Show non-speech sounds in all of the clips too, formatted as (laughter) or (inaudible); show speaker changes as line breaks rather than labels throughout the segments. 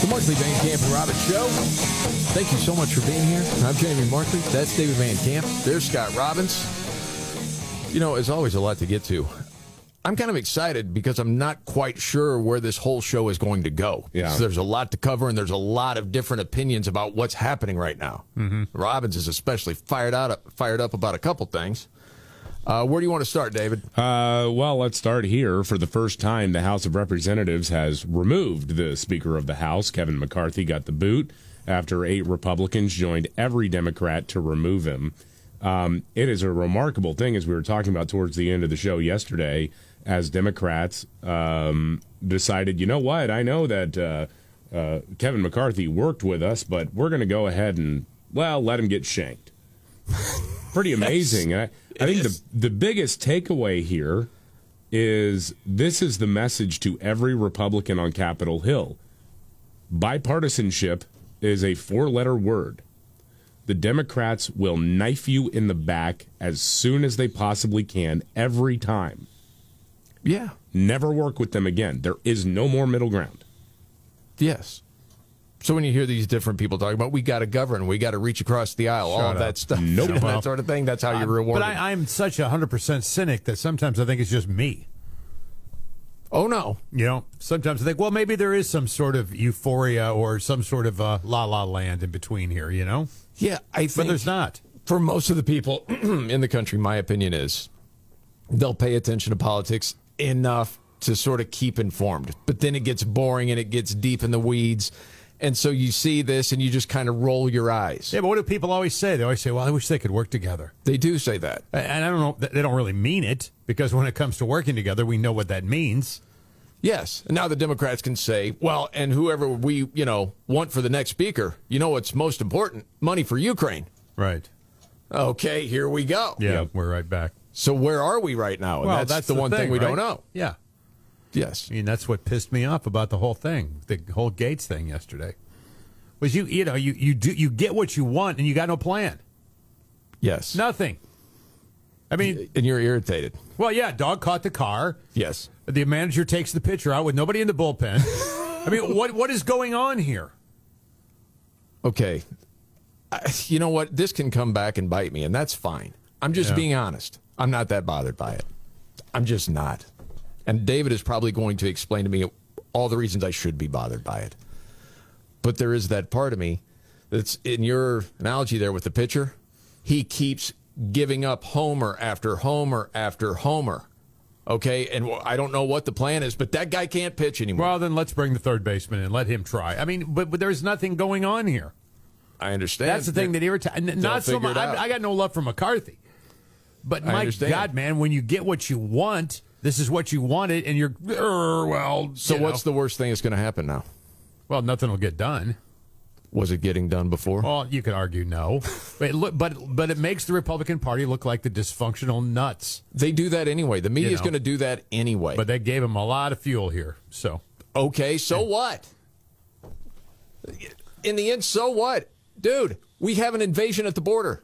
The Markley Van Camp and Robin Show. Thank you so much for being here. I'm Jamie Markley. That's David Van Camp. There's Scott Robbins. You know, as always, a lot to get to. I'm kind of excited because I'm not quite sure where this whole show is going to go.
Yeah.
So there's a lot to cover, and there's a lot of different opinions about what's happening right now.
Hmm.
Robbins is especially fired out, fired up about a couple things. Uh, where do you want to start, David?
Uh, well, let's start here. For the first time, the House of Representatives has removed the Speaker of the House. Kevin McCarthy got the boot after eight Republicans joined every Democrat to remove him. Um, it is a remarkable thing, as we were talking about towards the end of the show yesterday, as Democrats um, decided, you know what, I know that uh, uh, Kevin McCarthy worked with us, but we're going to go ahead and, well, let him get shanked. pretty amazing. And I, I think the the biggest takeaway here is this is the message to every Republican on Capitol Hill. Bipartisanship is a four letter word. The Democrats will knife you in the back as soon as they possibly can every time.
Yeah.
Never work with them again. There is no more middle ground.
Yes. So when you hear these different people talking about, we got to govern, we got to reach across the aisle, all of that stuff,
Nope.
and (laughs) that sort of thing. That's how you reward.
But I, I'm such a hundred percent cynic that sometimes I think it's just me.
oh no,
You know, sometimes I think, well, maybe there is some sort of euphoria or some sort of uh, la la land in between here. You know,
yeah, I think
but there's not.
for most of the people (clears throat) in the country. My opinion is they'll pay attention to politics enough to sort of keep informed, but then it gets boring and it gets deep in the weeds, and so you see this and you just kind of roll your eyes.
Yeah, but what do people always say? They always say, "Well, I wish they could work together."
They do say that.
A- And I don't know; they don't really mean it because when it comes to working together, we know what that means.
Yes. And now the Democrats can say, well, and whoever we, you know, want for the next speaker, you know what's most important? Money for Ukraine.
Right.
Okay, here we go.
Yeah, we're right back.
So where are we right now? And that's, the, one thing, we
right?
don't know.
Yeah.
Yes.
I mean, that's what pissed me off about the whole thing, the whole Gates thing yesterday. Was you, you know, you, you do you get what you want and you got no plan,
Yes.
nothing. I mean,
And you're irritated.
well, yeah, dog caught the car.
Yes.
The manager takes the pitcher out with nobody in the
(laughs)
bullpen. I mean, what what is going on here?
Okay. I, you know what? This can come back and bite me, and that's fine. I'm just being honest. I'm not that bothered by it. I'm just not. And David is probably going to explain to me all the reasons I should be bothered by it. But there is that part of me that's in your analogy there with the pitcher. He keeps giving up homer after homer after homer. Okay. And wh- I don't know what the plan is, but that guy can't pitch anymore.
Well, then let's bring the third baseman and let him try. I mean, but, but there's nothing going on here.
I understand.
That's the thing that irritates. Not so
figure
much.
it out.
I, I got no love for McCarthy, but my
understand.
God, man, when you get what you want, this is what you wanted, and you're "Er, well.
So, what's the worst thing that's going to happen now?
well? Nothing will get done.
Was it getting done before?
Well, you could argue no, but look, but but it makes the Republican Party look like the dysfunctional nuts.
They do that anyway. The media's
know.
going to do that anyway.
But that gave him a lot of fuel here. So
okay, so what? In the end, so what? Dude, we have an invasion at the border.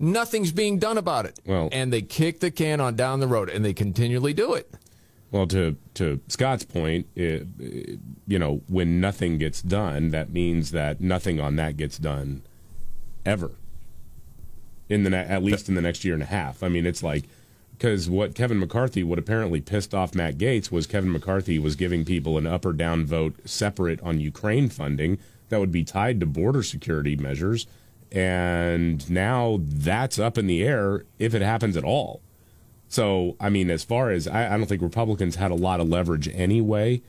Nothing's being done about it.
Well-
and they kick the can on down the road and they continually do it.
Well, to to Scott's point, it, it- you know, when nothing gets done, that means that nothing on that gets done ever. In the ne- at least in the next year and a half. I mean, it's like because what Kevin McCarthy what apparently pissed off Matt Gates was Kevin McCarthy was giving people an up or down vote separate on Ukraine funding that would be tied to border security measures, and now that's up in the air if it happens at all. So, I mean, as far as I, I don't think Republicans had a lot of leverage anyway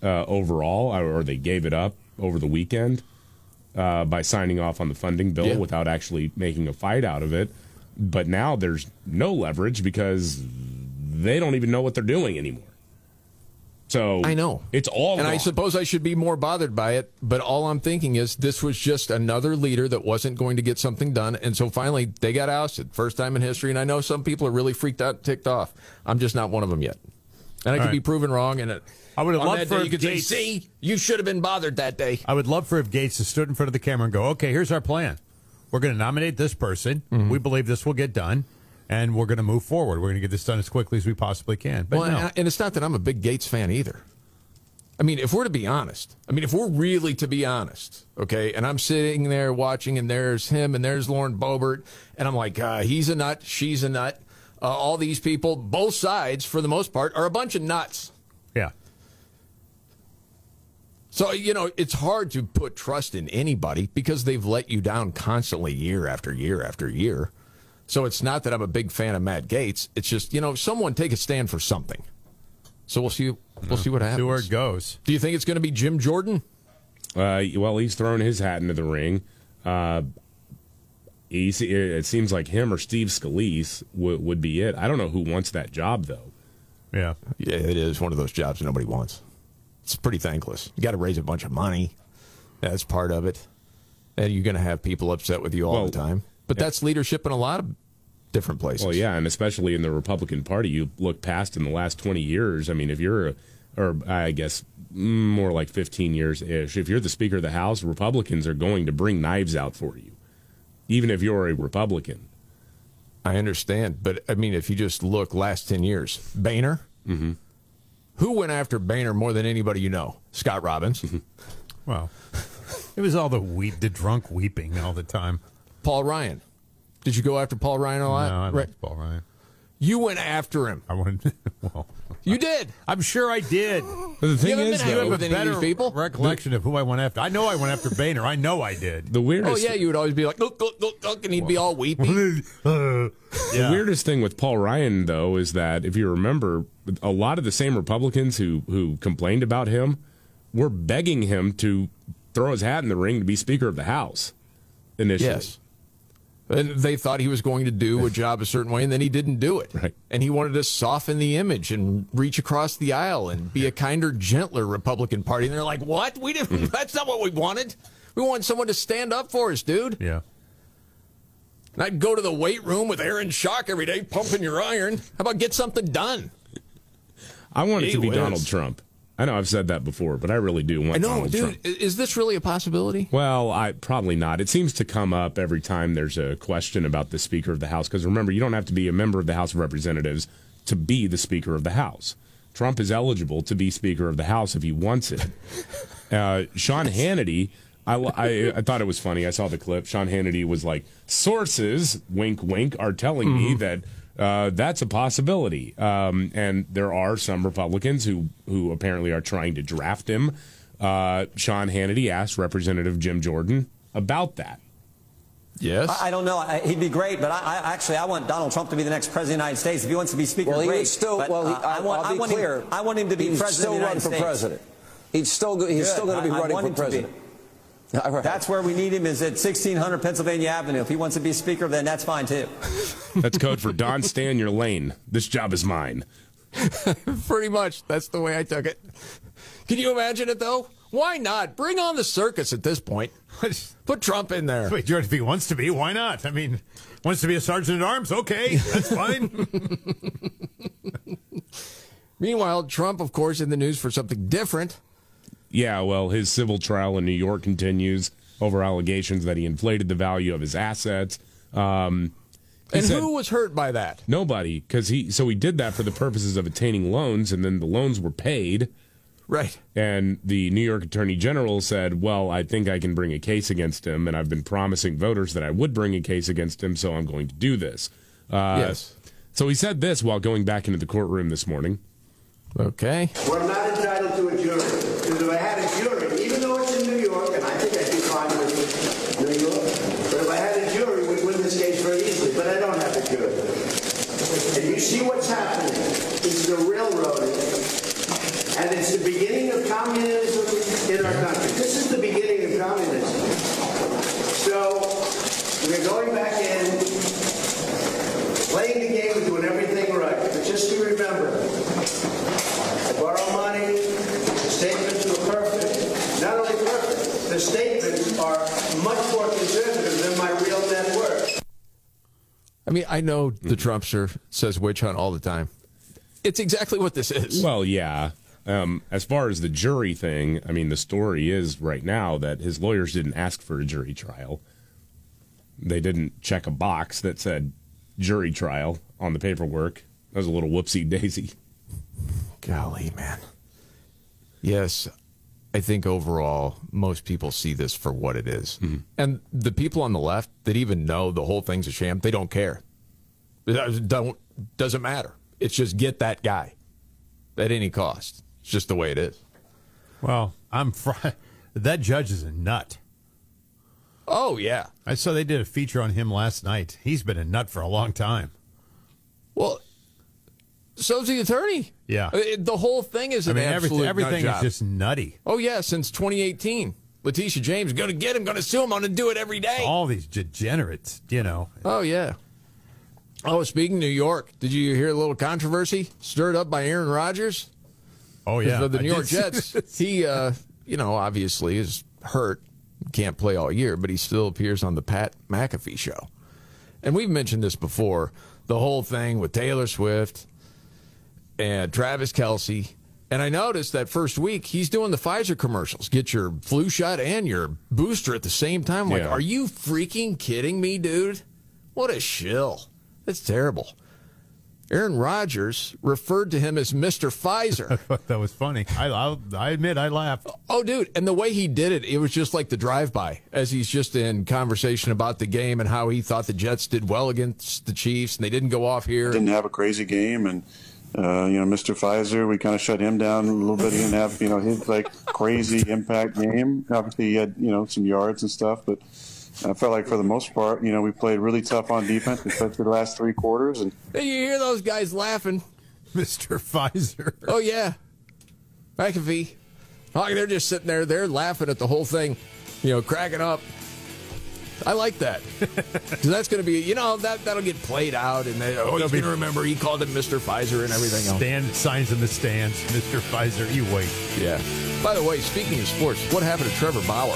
uh, overall, or or they gave it up over the weekend uh, by signing off on the funding bill
Yeah.
without actually making a fight out of it. But now there's no leverage because they don't even know what they're doing anymore. So
I know.
it's all.
And I
wrong.
suppose I should be more bothered by it, but all I'm thinking is this was just another leader that wasn't going to get something done. And so finally they got ousted. First time in history. And I know some people are really freaked out, and ticked off. I'm just not one of them yet. And I could
right.
be proven wrong. And it,
I would've
on
loved
that
for
day, you could say,
Gates-
see, you should have been bothered that day.
I would love for if Gates had stood in front of the camera and go, okay, here's our plan. We're going to nominate this person.
Mm-hmm.
We believe this will get done, and we're going to move forward. We're going to get this done as quickly as we possibly can. But
well,
no.
and, and it's not that I'm a big Gates fan either. I mean, if we're to be honest, I mean, if we're really to be honest, okay, and I'm sitting there watching, and there's him, and there's Lauren Boebert, and I'm like, uh, he's a nut, she's a nut. Uh, all these people, both sides, for the most part, are a bunch of nuts.
yeah.
So, you know, it's hard to put trust in anybody because they've let you down constantly year after year after year. So it's not that I'm a big fan of Matt Gates. It's just, you know, someone take a stand for something. So we'll see we'll see what happens.
See where it goes.
Do you think it's going to be Jim Jordan?
Uh, well, he's thrown his hat into the ring. Uh, he, it seems like him or Steve Scalise would, would be it. I don't know who wants that job though.
Yeah.
Yeah, it is one of those jobs that nobody wants. It's pretty thankless. You got to raise a bunch of money. That's part of it. And you're going to have people upset with you all
Well,
the time. But that's leadership in a lot of different places.
Well, yeah, and especially in the Republican Party, you look past in the last twenty years. I mean, if you're, a, or I guess mm, more like fifteen years ish, if you're the Speaker of the House, Republicans are going to bring knives out for you, even if you're a Republican.
I understand, but I mean, (laughs) if you just look last ten years, Boehner. Mm-hmm. Who went after Boehner more than anybody you know? Scott Robbins,
Well, it was all the weep, the drunk weeping all the time.
Paul Ryan. Did you go after Paul Ryan a lot?
No, I
Right.
liked Paul Ryan.
You went after him.
I wanted. (laughs) Well,
You did.
I'm sure I did.
But the
You
thing
haven't
is,
been
though,
happy with any of these people.
recollection of who I went after. I know I went after Boehner. I know I did.
the weirdest.
Oh yeah, you would always be like, look, look, look, look, and he'd be all (laughs) weepy.
The weirdest thing with Paul Ryan, though, is that if you remember, a lot of the same Republicans who who complained about him were begging him to throw his hat in the ring to be Speaker of the House initially.
Yes. And they thought he was going to do a job a certain way, and then he didn't do it.
Right.
And he wanted to soften the image and reach across the aisle and be a kinder, gentler Republican Party. And they're like, "What? We
Mm-hmm.
didn't. That's not what we wanted. We want someone to stand up for us, dude.
Yeah.
Not go to the weight room with Aaron Shock every day, pumping your iron. How about get something done?
I want it
Gee
to be
whiz.
Donald Trump. I know I've said that before, but I really do want
I know,
Donald
dude.
Trump.
i- Is this really a possibility? (laughs)
Well, I probably not. It seems to come up every time there's a question about the Speaker of the House. Because remember, you don't have to be a member of the House of Representatives to be the Speaker of the House. Trump is eligible to be Speaker of the House if he wants
(laughs)
it. Uh, Sean Hannity, I, I, I thought it was funny. I saw the clip. Sean Hannity was like, sources, wink, wink, are telling
Mm-hmm.
me that uh, that's a possibility. Um, and there are some Republicans who, who apparently are trying to draft him. Uh, Sean Hannity asked Representative Jim Jordan about that.
Yes.
I, I don't know. I, he'd be great, but I, I actually I want Donald Trump to be the next president of the United States. If he wants to be speaker,
Well, he
great.
would still.
But,
well, he,
uh,
I,
want,
will be
want
clear.
Him, I want him to be
he'd
president
still
of the
run
United
for
States.
president. He'd still. go- He's
Good.
still going to be
I- I
running
want him to
for
be.
president. All right.
That's where we need him. Is at 1600 Pennsylvania Avenue. If he wants to be speaker, then that's fine too.
(laughs) That's code for Don, stay in your lane. This job is mine.
Pretty much. That's the way I took it. Can you imagine it though? Why not? Bring on the circus at this point. Put Trump in there.
Wait, Jordan, if he wants to be, why not? I mean, wants to be a sergeant at arms, okay, that's
(laughs)
fine.
Meanwhile, Trump, of course, in the news for something different.
Yeah, well, his civil trial in New York continues over allegations that he inflated the value of his assets. Um, he
And
said
who was hurt by that?
Nobody, because he so he did that for the purposes of attaining loans, and then the loans were paid.
Right.
And the New York Attorney General said, "Well, I think I can bring a case against him, and I've been promising voters that I would bring a case against him, so I'm going to do this." Uh,
Yes.
So he said this while going back into the courtroom this morning.
Okay.
We're not entitled to a jury. Because if I had a jury, even though it's in New York, and I think I'd be fine with New York, but if I had a jury, we'd win this case very easily. But I don't have a jury. And you see what's happening. This is a railroading. And it's the beginning of communism in our country. This is the beginning of communism. So we're going back in, playing the game, doing everything right. But just to remember, I borrow money, the statements are much more conservative than my real net worth.
I mean, I know the Trumpster says witch hunt all the time. It's exactly what this is.
Well, yeah. Um, as far as the jury thing, I mean, the story is right now that his lawyers didn't ask for a jury trial. They didn't check a box that said jury trial on the paperwork. That was a little whoopsie daisy.
Golly, man. Yes, I think overall, most people see this for what it is. And the people on the left that even know the whole thing's a sham, they don't care. It Don't, doesn't matter. It's just get that guy at any cost. It's just the way it is.
Well, I'm fr- that judge is a nut.
Oh, yeah.
I saw they did a feature on him last night. He's been a nut for a long time.
Well, so's the attorney.
Yeah.
It- the whole thing is
I
an
mean, everything,
absolute
everything
nut
is
job.
just nutty.
Oh, yeah, since 2018. Letitia James, gonna get him, gonna sue him, gonna do it every day.
All these degenerates, you know.
Oh yeah. Oh, speaking of New York, did you hear a little controversy stirred up by Aaron Rodgers
Oh
of
yeah,
the
I
New
did
York
see
Jets?
this.
He, uh, you know, obviously is hurt, can't play all year, but he still appears on the Pat McAfee show. And we've mentioned this before. The whole thing with Taylor Swift and Travis Kelsey. And I noticed that first week he's doing the Pfizer commercials. Get your flu shot and your booster at the same time. I'm
Yeah.
Like, are you freaking kidding me, dude? What a shill. That's terrible. Aaron Rodgers referred to him as Mr. Pfizer.
(laughs) that was funny. I, I I admit I laughed.
oh, dude. And the way he did it, it was just like the drive by as he's just in conversation about the game and how he thought the Jets did well against the Chiefs and they didn't go off here.
didn't have a crazy game and uh, you know mr pfizer we kind of shut him down a little bit he didn't have you know his like crazy impact game obviously he had you know some yards and stuff but i felt like for the most part you know we played really tough on defense especially the last three quarters and
Then you hear those
(laughs)
guys laughing.
Mr. Pfizer.
Oh yeah, McAfee. Oh, they're just sitting there. They're laughing at the whole thing, you know, cracking up. I like
(laughs)
that because that's going to be, you know, that that'll get played out, and they, oh, he's
be-
going to remember he called him Mister Pfizer and everything else.
Stand signs in the stands, Mr. Pfizer. You wait.
Yeah. By the way, speaking of sports, what happened to Trevor Bauer?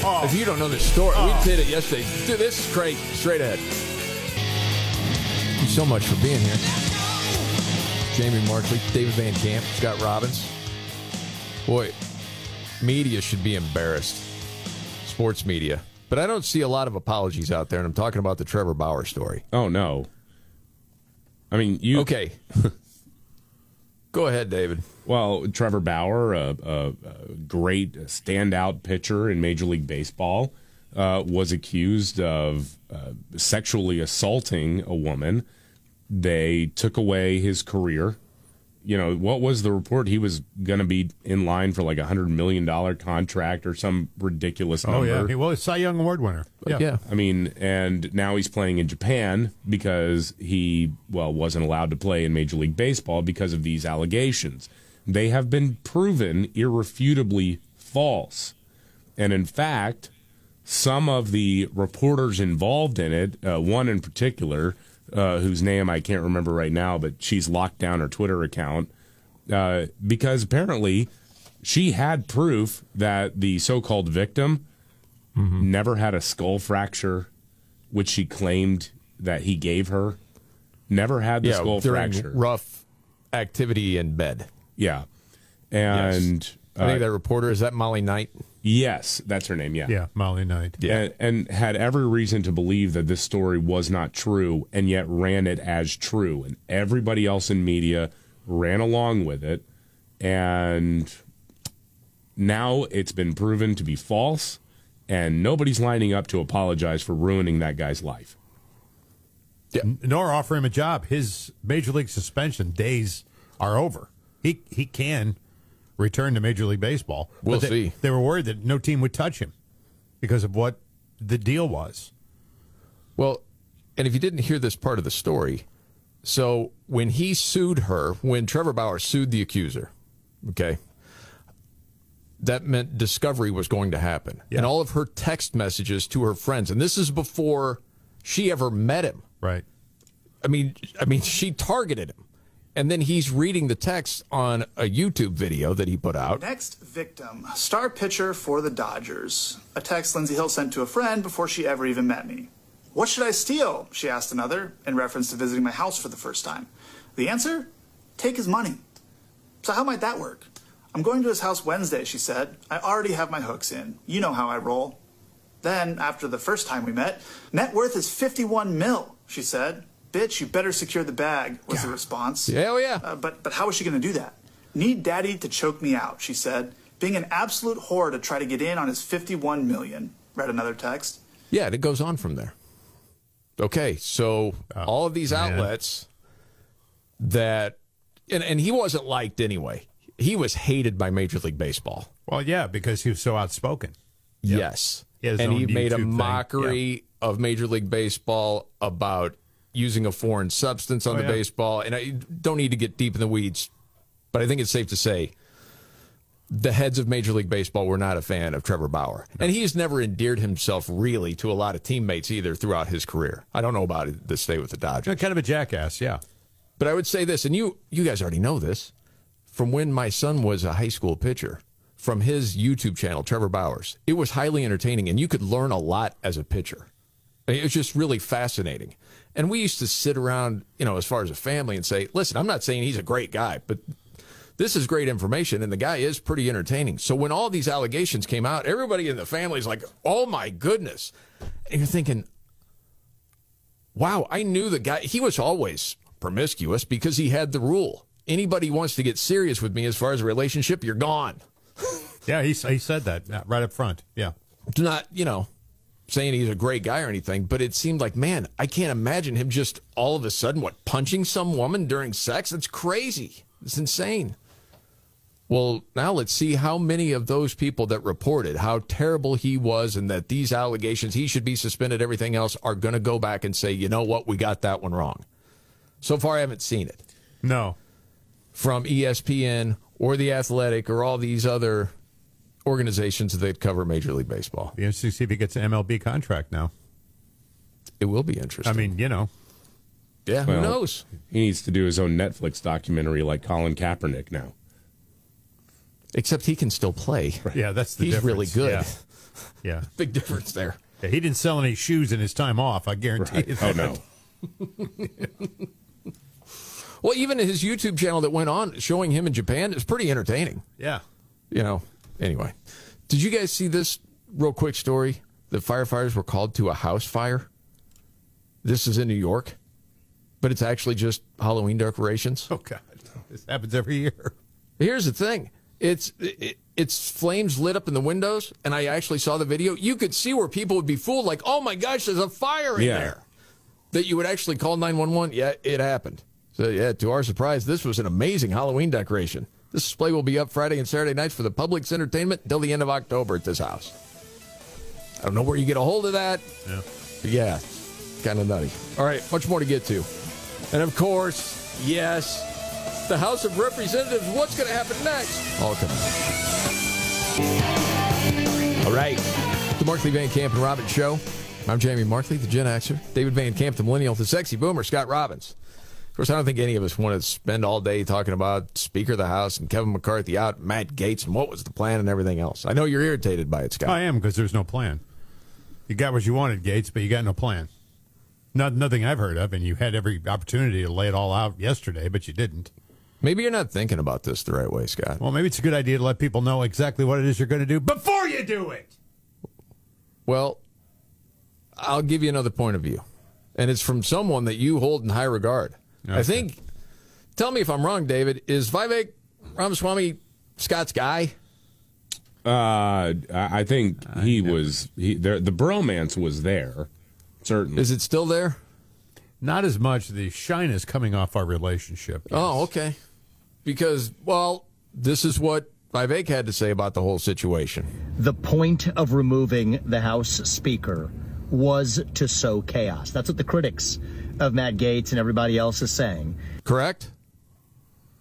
Oh.
If you don't know this story, we did it yesterday. Dude, this is crazy. Straight ahead. Thank you so much for being here. Jamie Markley, David Van Camp, Scott Robbins. Boy, media should be embarrassed. Sports media. But I don't see a lot of apologies out there, and I'm talking about the Trevor Bauer story.
Oh, no. I mean, you.
Okay. Go ahead, David.
Well, Trevor Bauer, a, a, a great standout pitcher in Major League Baseball, uh, was accused of uh, sexually assaulting a woman. They took away his career. You know, what was the report? He was going to be in line for like a $100 million contract or some ridiculous
Oh
number.
yeah. He was a Cy Young Award winner.
I mean, and now he's playing in Japan because he, well, wasn't allowed to play in Major League Baseball because of these allegations. They have been proven irrefutably false. And in fact, some of the reporters involved in it, uh, one in particular, uh, whose name I can't remember right now, but she's locked down her Twitter account uh, because apparently she had proof that the so called victim
Mm-hmm.
never had a skull fracture, which she claimed that he gave her. Never had the skull
during
fracture.
rough activity in bed.
yeah. And
I
uh,
think that reporter is that Molly Knight.
yes, that's her name. Yeah.
Yeah. Molly Knight.
and, and had every reason to believe that this story was not true and yet ran it as true and everybody else in media ran along with it and now it's been proven to be false and nobody's lining up to apologize for ruining that guy's life
Nor offer him a job. His major league suspension days are over. He he can return to Major League Baseball. But
We'll
they,
see.
They were worried that no team would touch him because of what the deal was.
Well, and if you didn't hear this part of the story, so when he sued her, when Trevor Bauer sued the accuser, okay, that meant discovery was going to happen. And all of her text messages to her friends, and this is before she ever met him.
Right.
I mean, I mean, she targeted him. And then he's reading the text on a YouTube video that he put out.
Next victim, star pitcher for the Dodgers. A text Lindsay Hill sent to a friend before she ever even met me. What should I steal? She asked another, in reference to visiting my house for the first time. The answer? Take his money. So, how might that work? I'm going to his house Wednesday, she said. I already have my hooks in. You know how I roll. Then, after the first time we met, net worth is 51 mil, she said. Bitch, you better secure the bag, was the response.
Hell yeah.
Uh, but, but how is she going to do that? Need daddy to choke me out, she said, being an absolute whore to try to get in on his 51 million. Read another text.
Yeah, and it goes on from there. Okay, so all of these
Oh, man.
outlets that and, and he wasn't liked anyway. He was hated by Major League Baseball.
Well, yeah, because he was so outspoken.
Yes.
He has
and
his
he
own
made a
YouTube thing.
mockery of Major League Baseball about using a foreign substance on
Oh,
the
yeah.
baseball. And I don't need to get deep in the weeds, but I think it's safe to say the heads of Major League Baseball were not a fan of Trevor Bauer. And he's never endeared himself really to a lot of teammates either throughout his career. I don't know about this stay with the Dodgers.
Yeah, Kind of a jackass, yeah.
But I would say this, and you you guys already know this, from when my son was a high school pitcher, from his YouTube channel, Trevor Bowers, it was highly entertaining, and you could learn a lot as a pitcher. It was just really fascinating. And we used to sit around, you know, as far as a family, and say, "Listen, I'm not saying he's a great guy, but this is great information, and the guy is pretty entertaining." So when all these allegations came out, everybody in the family's like, "Oh my goodness!" And you're thinking, wow, I knew the guy. He was always promiscuous because he had the rule. Anybody wants to get serious with me as far as a relationship, you're gone.
Yeah, he, s- he said that uh, right up front. Yeah.
It's not, you know, saying he's a great guy or anything, but it seemed like, man, I can't imagine him just all of a sudden, what, punching some woman during sex? That's crazy. It's insane. Well, now let's see how many of those people that reported how terrible he was and that these allegations, he should be suspended, everything else, are going to go back and say, you know what, we got that one wrong. So far, I haven't seen it.
No.
from E ESPN or The Athletic or all these other organizations that cover Major League Baseball.
Be interesting to see if he gets an MLB contract now.
It will be
I
interesting.
mean, you know.
yeah, who
Well,
knows?
He needs to do his own Netflix documentary like Colin Kaepernick now.
Except he can still play.
Yeah, that's the
He's
difference.
really good. (laughs)
Yeah. Yeah.
Big difference there.
Yeah, He didn't sell any shoes in his time off, I guarantee you.
Oh no.
Well, even his YouTube channel that went on showing him in Japan is pretty entertaining.
Yeah.
You know. Anyway, did you guys see this real quick story? The firefighters were called to a house fire. This is in New York, but it's actually just Halloween decorations.
Oh, God. This happens every year.
Here's the thing. It's it, it's flames lit up in the windows, and I actually saw the video. You could see where people would be fooled, like, "Oh my gosh, there's a fire in
Yeah.
there," that you would actually call nine one one. Yeah, it happened. So yeah, to our surprise, this was an amazing Halloween decoration. This display will be up Friday and Saturday nights for the public's entertainment until the end of October at this house. I don't know where you get a hold of that.
Yeah.
But yeah, kind of nutty. All right, much more to get to. And of course, yes, the House of Representatives, what's going to happen next? All coming up. All right. The Markley Van Camp and Robbins Show. I'm Jamie Markley, the Gen Xer. David Van Camp, the Millennial, the Sexy Boomer, Scott Robbins. Of course, I don't think any of us want to spend all day talking about Speaker of the House and Kevin McCarthy out, Matt Gates, and what was the plan and everything else. I know you're irritated by it, Scott.
I am because there's no plan. You got what you wanted, Gates, but you got no plan. Not nothing I've heard of, and you had every opportunity to lay it all out yesterday, but you didn't.
Maybe you're not thinking about this the right way, Scott.
Well, maybe it's a good idea to let people know exactly what it is you're going to do before you do it.
Well, I'll give you another point of view, and it's from someone that you hold in high regard. I
Okay.
think. Tell me if I'm wrong, David. Is Vivek Ramaswamy Scott's guy?
Uh, I I think he was he there. The bromance was there, certainly.
Is it still there?
Not as much the shyness coming off our relationship.
Oh, okay. Because well, this is what Vivek had to say about the whole situation.
The point of removing the House Speaker was to sow chaos. That's what the critics of Matt Gates and everybody else is saying.
Correct.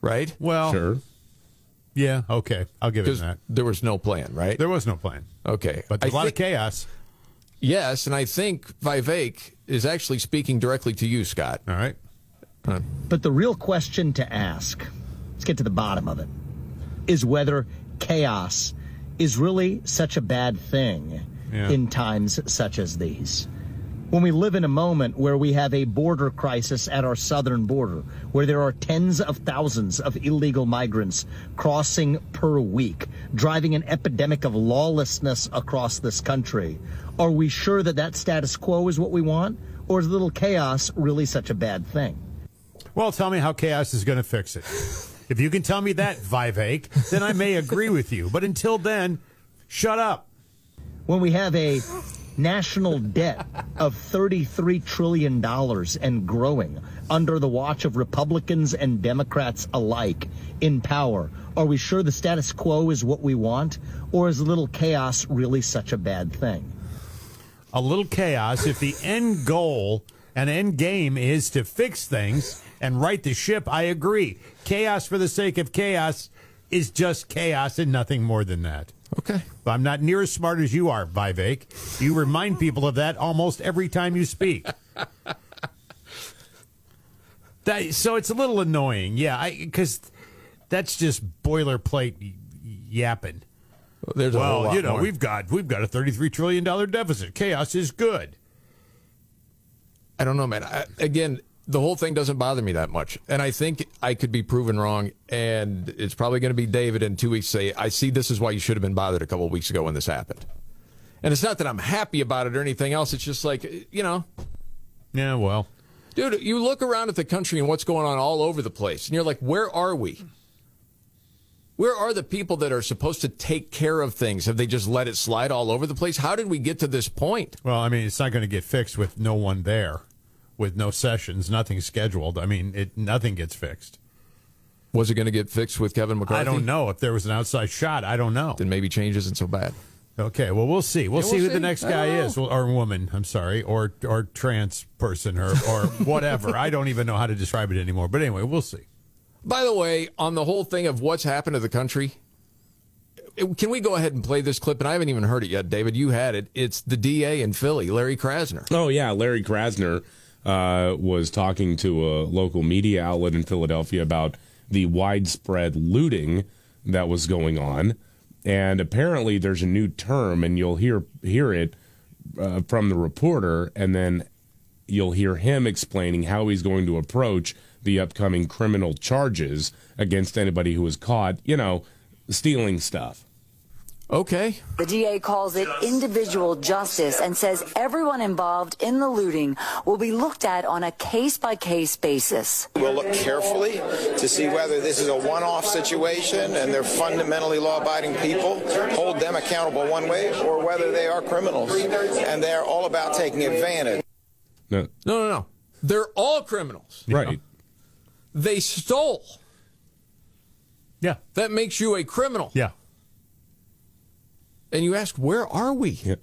Right.
Well,
sure.
yeah, okay. I'll give it
Because
that.
there was no plan, right?
There was no plan,
okay.
but there's
I
a lot
thi-
of chaos.
Yes, and I think Vivek is actually speaking directly to you, Scott. Uh,
All right.
But the real question to ask, let's get to the bottom of it, is whether chaos is really such a bad thing
Yeah.
in times such as these. When we live in a moment where we have a border crisis at our southern border, where there are tens of thousands of illegal migrants crossing per week, driving an epidemic of lawlessness across this country, are we sure that that status quo is what we want? Or is a little chaos really such a bad thing?
Well, tell me how chaos is going to fix it. if you can tell me that, Vivek, then I may agree with you. But until then, shut up.
When we have a national debt of $33 trillion and growing under the watch of Republicans and Democrats alike in power, are we sure the status quo is what we want? Or is a little chaos really such a bad thing?
A little chaos if the end goal and end game is to fix things and right the ship. I agree. Chaos for the sake of chaos is just chaos and nothing more than that.
Okay.
I'm not near as smart as you are, Vivek. You remind people of that almost every time you speak. That so it's a little annoying, yeah, because that's just boilerplate y- yapping.
there's a
well,
whole lot
you know,
more.
we've got we've got a thirty-three trillion dollar deficit. Chaos is good.
I don't know, man. I, again, the whole thing doesn't bother me that much, and I think I could be proven wrong. And it's probably going to be David in two weeks say, "I see this is why you should have been bothered a couple of weeks ago when this happened." And it's not that I'm happy about it or anything else. It's just like you know,
yeah, well,
dude, you look around at the country and what's going on all over the place, and you're like, "Where are we?" Where are the people that are supposed to take care of things? Have they just let it slide all over the place? How did we get to this point?
Well, I mean, it's not going to get fixed with no one there, with no sessions, nothing scheduled. I mean, it nothing gets fixed.
Was it going to get fixed with Kevin McCarthy?
I don't know if there was an outside shot. I don't know. Then
maybe change isn't so bad.
Okay, well, we'll see. We'll
Yeah,
see
we'll
who
see.
the next
I don't
guy
know.
is, well, or woman. I'm sorry, or or trans person, or or
(laughs)
whatever. I don't even know how to describe it anymore. But anyway, we'll see.
By the way, on the whole thing of what's happened to the country, can we go ahead and play this clip? And I haven't even heard it yet, David. You had it. It's the DA in Philly, Larry Krasner.
Oh yeah, Larry Krasner uh, was talking to a local media outlet in Philadelphia about the widespread looting that was going on, and apparently there's a new term, and you'll hear hear it uh, from the reporter, and then you'll hear him explaining how he's going to approach the upcoming criminal charges against anybody who was caught, you know, stealing stuff.
Okay.
The DA calls it individual justice and says everyone involved in the looting will be looked at on a case by case basis.
We'll look carefully to see whether this is a one off situation and they're fundamentally law abiding people, hold them accountable one way, or whether they are criminals and they're all about taking advantage.
No,
no, no. They're all criminals.
Right.
They stole.
Yeah.
That makes you a criminal.
Yeah.
And you ask, where are we?
Yeah.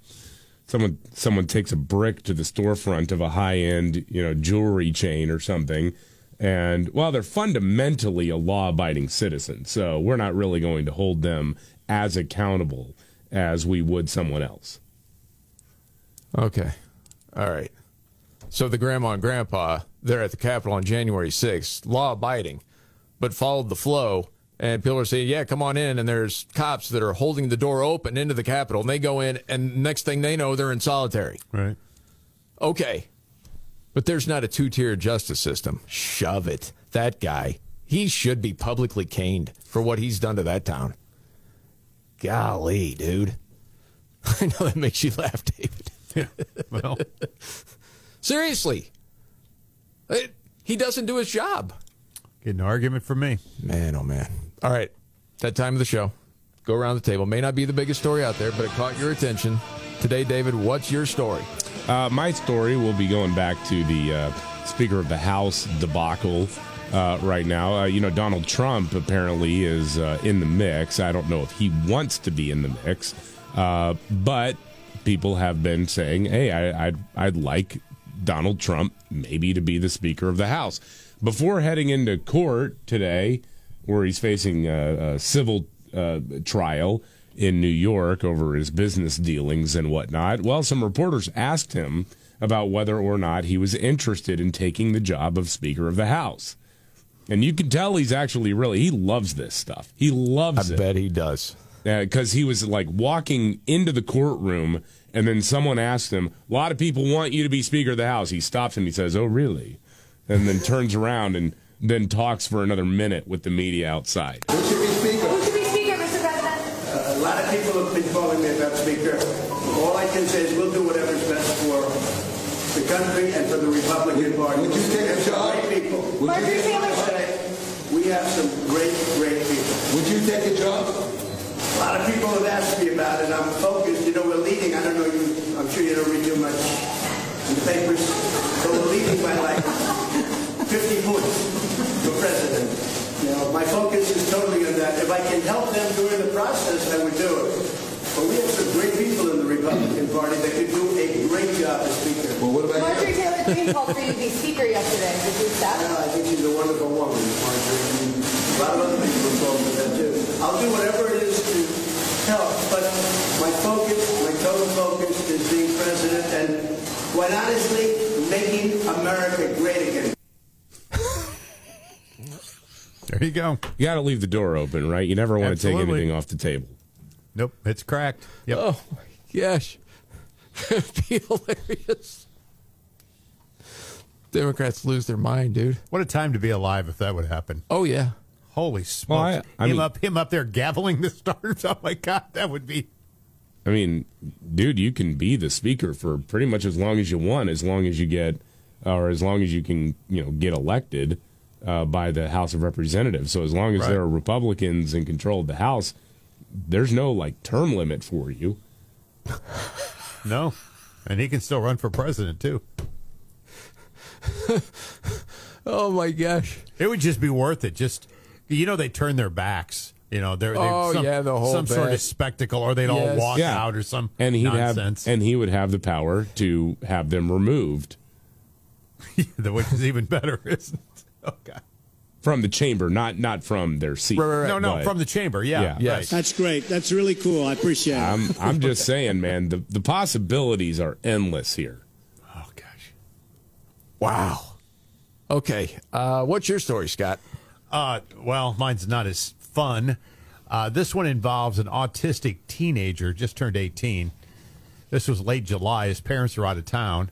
Someone someone takes a brick to the storefront of a high end, you know, jewelry chain or something, and well, they're fundamentally a law abiding citizen, so we're not really going to hold them as accountable as we would someone else.
Okay. All right. So the grandma and grandpa, they're at the Capitol on January 6th, law abiding, but followed the flow. And people are saying, yeah, come on in. And there's cops that are holding the door open into the Capitol. And they go in, and next thing they know, they're in solitary.
Right.
Okay. But there's not a two tier justice system. Shove it. That guy, he should be publicly caned for what he's done to that town. Golly, dude. (laughs) I know that makes you laugh, David.
well,
seriously, It- he doesn't do his job.
Get an argument from me,
man. Oh man. All right, that time of the show. Go around the table. May not be the biggest story out there, but it caught your attention today, David. What's your story?
Uh, my story will be going back to the uh, Speaker of the House debacle uh, right now. Uh, you know, Donald Trump apparently is uh, in the mix. I don't know if he wants to be in the mix, uh, but people have been saying, "Hey, I, I'd I'd like Donald Trump maybe to be the Speaker of the House." Before heading into court today, where he's facing a, a civil uh, trial in New York over his business dealings and whatnot. Well, some reporters asked him about whether or not he was interested in taking the job of Speaker of the House. And you can tell he's actually really, he loves this stuff. He loves
I
it.
bet he does.
Because he was like walking into the courtroom and then someone asked him, A lot of people want you to be Speaker of the House. He stops and he says, Oh, really? And then turns around and then talks for another minute with the media outside.
A lot of people have been calling me about speaker. All I can say is we'll do whatever's best for the country and for the Republican Party. Would you take a job? Great people. Marjorie Taylor We have some great, great people. Would you take a job? A lot of people have asked me about it. I'm focused. You know, we're leading. I don't know you. I'm sure you don't read too much in the papers, but we're leading by like 50 points to president. You know, my focus is totally on that. If I can help them during the process, I would do it. But we have some great people in the Republican Party that could do a great job as speaker. Well, what about
Marjorie Taylor Greene called for you to be speaker yesterday. Did you accept?
I think she's a wonderful woman, Marjorie. A lot of other people have told me that too. I'll do whatever it is to help, but my focus, my total focus is being president and, quite honestly, making America great again.
There you go. You got to leave the door open, right? You never want to take
Absolutely.
anything off the table.
Nope, it's cracked. Yep.
Oh, gosh. (laughs) It'd be hilarious. Democrats lose their mind, dude.
What a time to be alive if that would happen.
Oh yeah.
Holy smokes!
I
him
mean-
up, him up there gaveling the stars. (laughs) Oh my god, that would be.
I mean, dude, you can be the speaker for pretty much as long as you want, as long as you get, or as long as you can, you know, get elected uh, by the House of Representatives. So as long as
Right.
there are Republicans in control of the House, there's no like term limit for you.
No, and he can still run for president too.
(laughs) oh my gosh,
it would just be worth it. Just you know, they turn their backs. You know, they're, they
Oh,
some,
yeah, the whole
some sort
back.
of spectacle, or they'd all
Yes.
walk
Yeah.
out or some
And he'd
nonsense, (laughs)
have, and he would have the power to have them
(laughs)
removed
have, which is even better, isn't it? Oh god.
from the chamber, not not from their seat.
No, no,
But-
from the chamber. Yeah. Right.
That's great. That's really cool. I appreciate it.
I'm I'm just saying, man, the, the possibilities are endless here.
Oh,
Wow. Okay. Uh, what's your story, Scott?
Uh, well, mine's not as fun. Uh, this one involves an autistic teenager just turned 18. This was late July. His parents were out of town,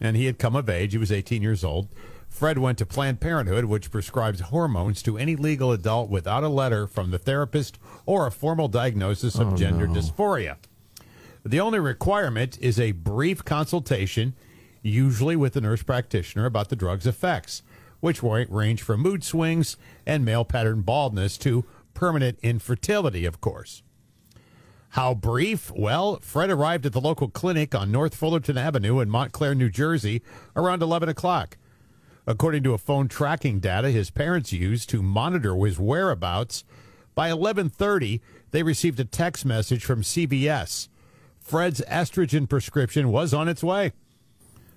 and he had come of age. He was 18 years old. Fred went to Planned Parenthood, which prescribes hormones to any legal adult without a letter from the therapist or a formal diagnosis of gender dysphoria. The only requirement is a brief consultation, usually with a nurse practitioner, about the drug's effects, which wa- range from mood swings and male pattern baldness to permanent infertility, of course. How brief? Well, Fred arrived at the local clinic on North Fullerton Avenue in Montclair, New Jersey, around 11 o'clock. According to a phone tracking data his parents used to monitor his whereabouts, by 11:30 they received a text message from CVS. Fred's estrogen prescription was on its way.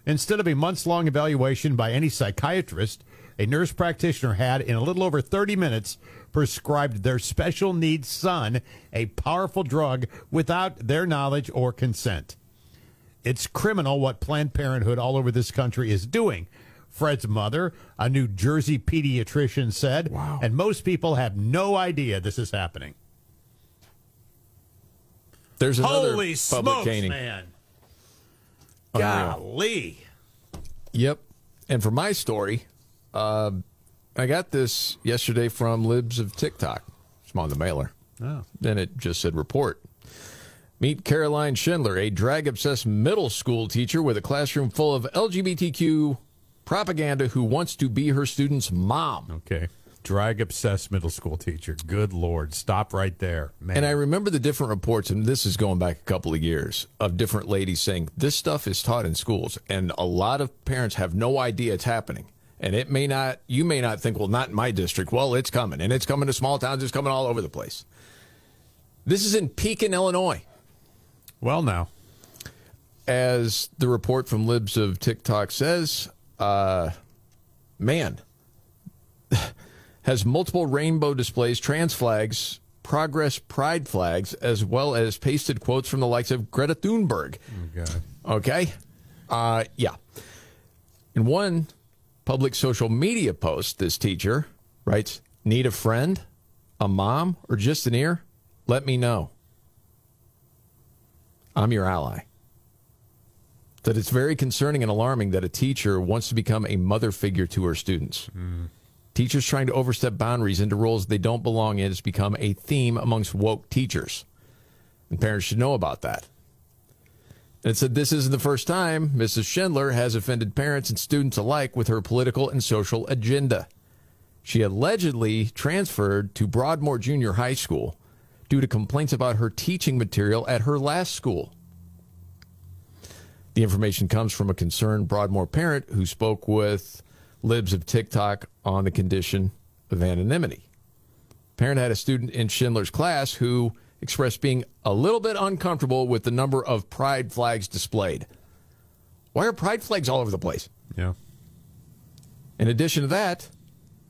Instead of a months long evaluation by any psychiatrist, a nurse practitioner had, in a little over 30 minutes, prescribed their special needs son a powerful drug without their knowledge or consent. It's criminal what Planned Parenthood all over this country is doing. Fred's mother, a New Jersey pediatrician, said, and most people have no idea this is happening.
There's another
Holy
public
smokes,
caning.
man.
Unreal.
Golly.
Yep. And for my story, uh, I got this yesterday from Libs of TikTok. It's on the mailer.
Oh.
Then it just said report. Meet Caroline Schindler, a drag obsessed middle school teacher with a classroom full of LGBTQ propaganda who wants to be her student's mom.
Okay. Drag obsessed middle school teacher. Good Lord. Stop right there, man.
And I remember the different reports, and this is going back a couple of years, of different ladies saying this stuff is taught in schools, and a lot of parents have no idea it's happening. And it may not, you may not think, well, not in my district. Well, it's coming, and it's coming to small towns, it's coming all over the place. This is in Pekin, Illinois.
Well, now.
As the report from Libs of TikTok says, uh, man, (laughs) has multiple rainbow displays, trans flags, progress pride flags, as well as pasted quotes from the likes of Greta Thunberg.
Oh, God.
Okay. Uh, yeah. In one public social media post, this teacher writes Need a friend, a mom, or just an ear? Let me know. I'm your ally. That it's very concerning and alarming that a teacher wants to become a mother figure to her students. Teachers trying to overstep boundaries into roles they don't belong in has become a theme amongst woke teachers. And parents should know about that. And it said this isn't the first time Mrs. Schindler has offended parents and students alike with her political and social agenda. She allegedly transferred to Broadmoor Junior High School due to complaints about her teaching material at her last school. The information comes from a concerned Broadmoor parent who spoke with Libs of TikTok on the condition of anonymity. Parent had a student in Schindler's class who expressed being a little bit uncomfortable with the number of pride flags displayed. Why are pride flags all over the place?
Yeah.
In addition to that,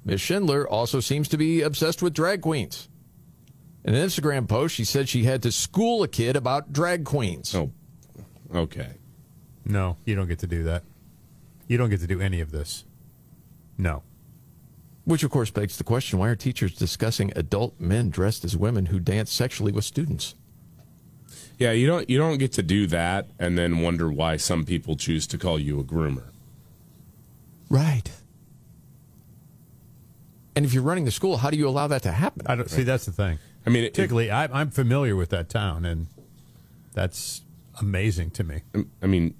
Miss Schindler also seems to be obsessed with drag queens. In an Instagram post, she said she had to school a kid about drag queens.
Oh, okay.
No, you don't get to do that. You don't get to do any of this. No.
Which, of course, begs the question why are teachers discussing adult men dressed as women who dance sexually with students?
Yeah, you don't you don't get to do that and then wonder why some people choose to call you a groomer.
Right. And if you're running the school, how do you allow that to happen?
I don't see. That's the thing.
I mean, it-
particularly, I, I'm familiar with that town, and that's amazing to me.
I mean,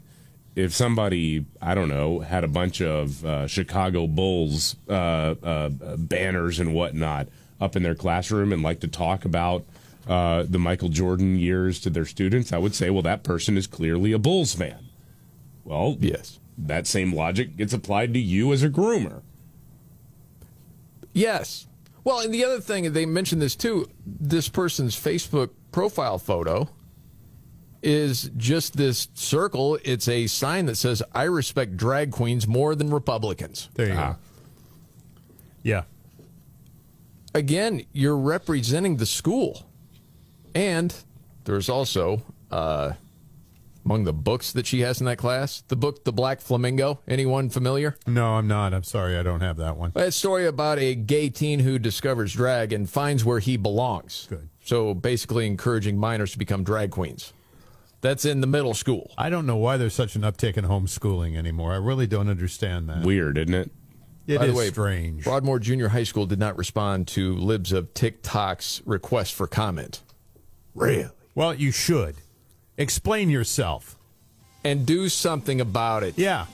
if somebody I don't know had a bunch of uh, Chicago Bulls uh, uh, banners and whatnot up in their classroom and like to talk about uh, the Michael Jordan years to their students, I would say, well, that person is clearly a Bulls fan. Well,
yes,
that same logic gets applied to you as a groomer.
Yes. Well, and the other thing, they mentioned this too. This person's Facebook profile photo is just this circle. It's a sign that says, I respect drag queens more than Republicans.
There you go. Yeah.
Again, you're representing the school. And there's also, uh, among the books that she has in that class, the book The Black Flamingo. Anyone familiar?
No, I'm not. I'm sorry, I don't have that one.
A story about a gay teen who discovers drag and finds where he belongs. Good. So basically, encouraging minors to become drag queens. That's in the middle school.
I don't know why there's such an uptick in homeschooling anymore. I really don't understand that.
Weird, isn't it?
It
By
is
the way, (laughs)
strange.
Broadmoor Junior High School did not respond to Libs of TikTok's request for comment. Really?
Well, you should. Explain yourself.
And do something about it.
Yeah.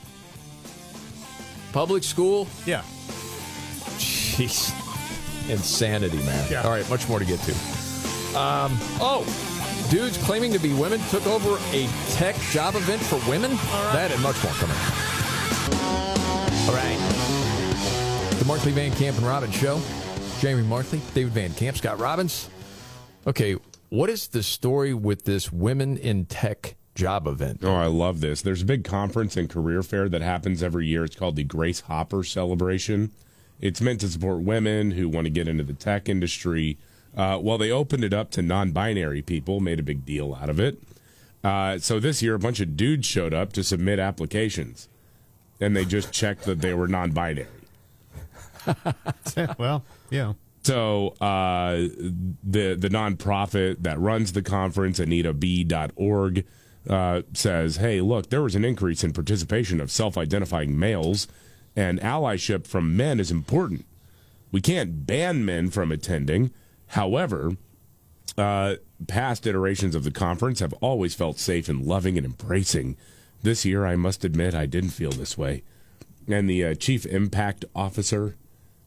Public school?
Yeah.
Jeez. Insanity, man. All right, much more to get to. Um, oh, dudes claiming to be women took over a tech job event for women? That and much more coming. All right. The Markley Van Camp and Robbins Show. Jamie Markley, David Van Camp, Scott Robbins. Okay, what is the story with this women in tech job event?
Oh, I love this. There's a big conference and career fair that happens every year. It's called the Grace Hopper Celebration. It's meant to support women who want to get into the tech industry. Uh, well, they opened it up to non binary people, made a big deal out of it. Uh, so this year, a bunch of dudes showed up to submit applications, and they just checked that they were non binary.
well, yeah.
So uh, the the nonprofit that runs the conference, AnitaB.org, uh, says, "Hey, look, there was an increase in participation of self-identifying males, and allyship from men is important. We can't ban men from attending. However, uh, past iterations of the conference have always felt safe and loving and embracing. This year, I must admit, I didn't feel this way." And the uh, chief impact officer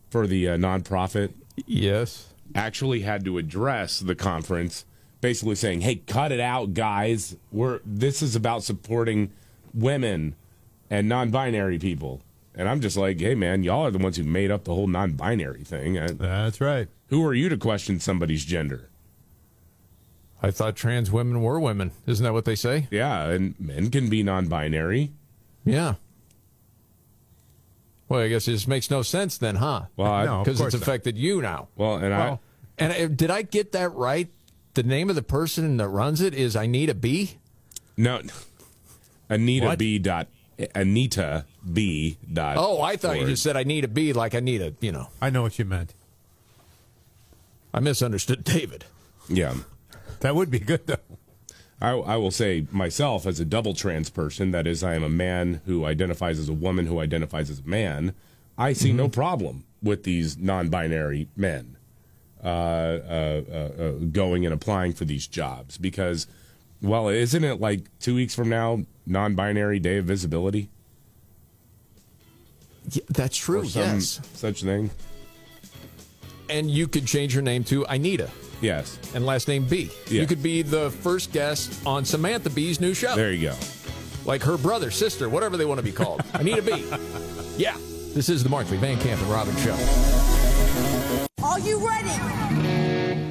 for the uh, nonprofit,
yes,
actually had to address the conference, basically saying, "Hey, cut it out, guys. We're this is about supporting women and non-binary people." And I'm just like, "Hey, man, y'all are the ones who made up the whole non-binary thing."
That's right.
Who are you to question somebody's gender?
I thought trans women were women. Isn't that what they say?
Yeah, and men can be non-binary.
Yeah. Well, I guess it just makes no sense then, huh?
Well, I- No, of
because
course
it's
not.
affected you now.
Well, and I-
I and I, did I get that right? The name of the person that runs it is I need a B.
No, Anita B. Dot, Anita B. Dot.
Oh, I thought you
org.
just said I need a B, like I need a, you know.
I know what you meant.
I misunderstood (laughs) David.
Yeah.
That would be good, though.
I, I will say myself as a double trans person, that is, I am a man who identifies as a woman who identifies as a man. I see
Mm-hmm.
no problem with these non binary men uh, uh, uh, uh, going and applying for these jobs because, well, isn't it like two weeks from now, non binary day of visibility?
that's true,
Or some
yes.
Such thing.
And you could change your name to Anita
Yes.
and last name B. You
Yes.
could be the first guest on Samantha B's new show.
There you go.
Like her brother, sister, whatever they want to be called. (laughs) Anita B. Yeah. This is the Markley Van Camp and Robin Show.
Are you ready?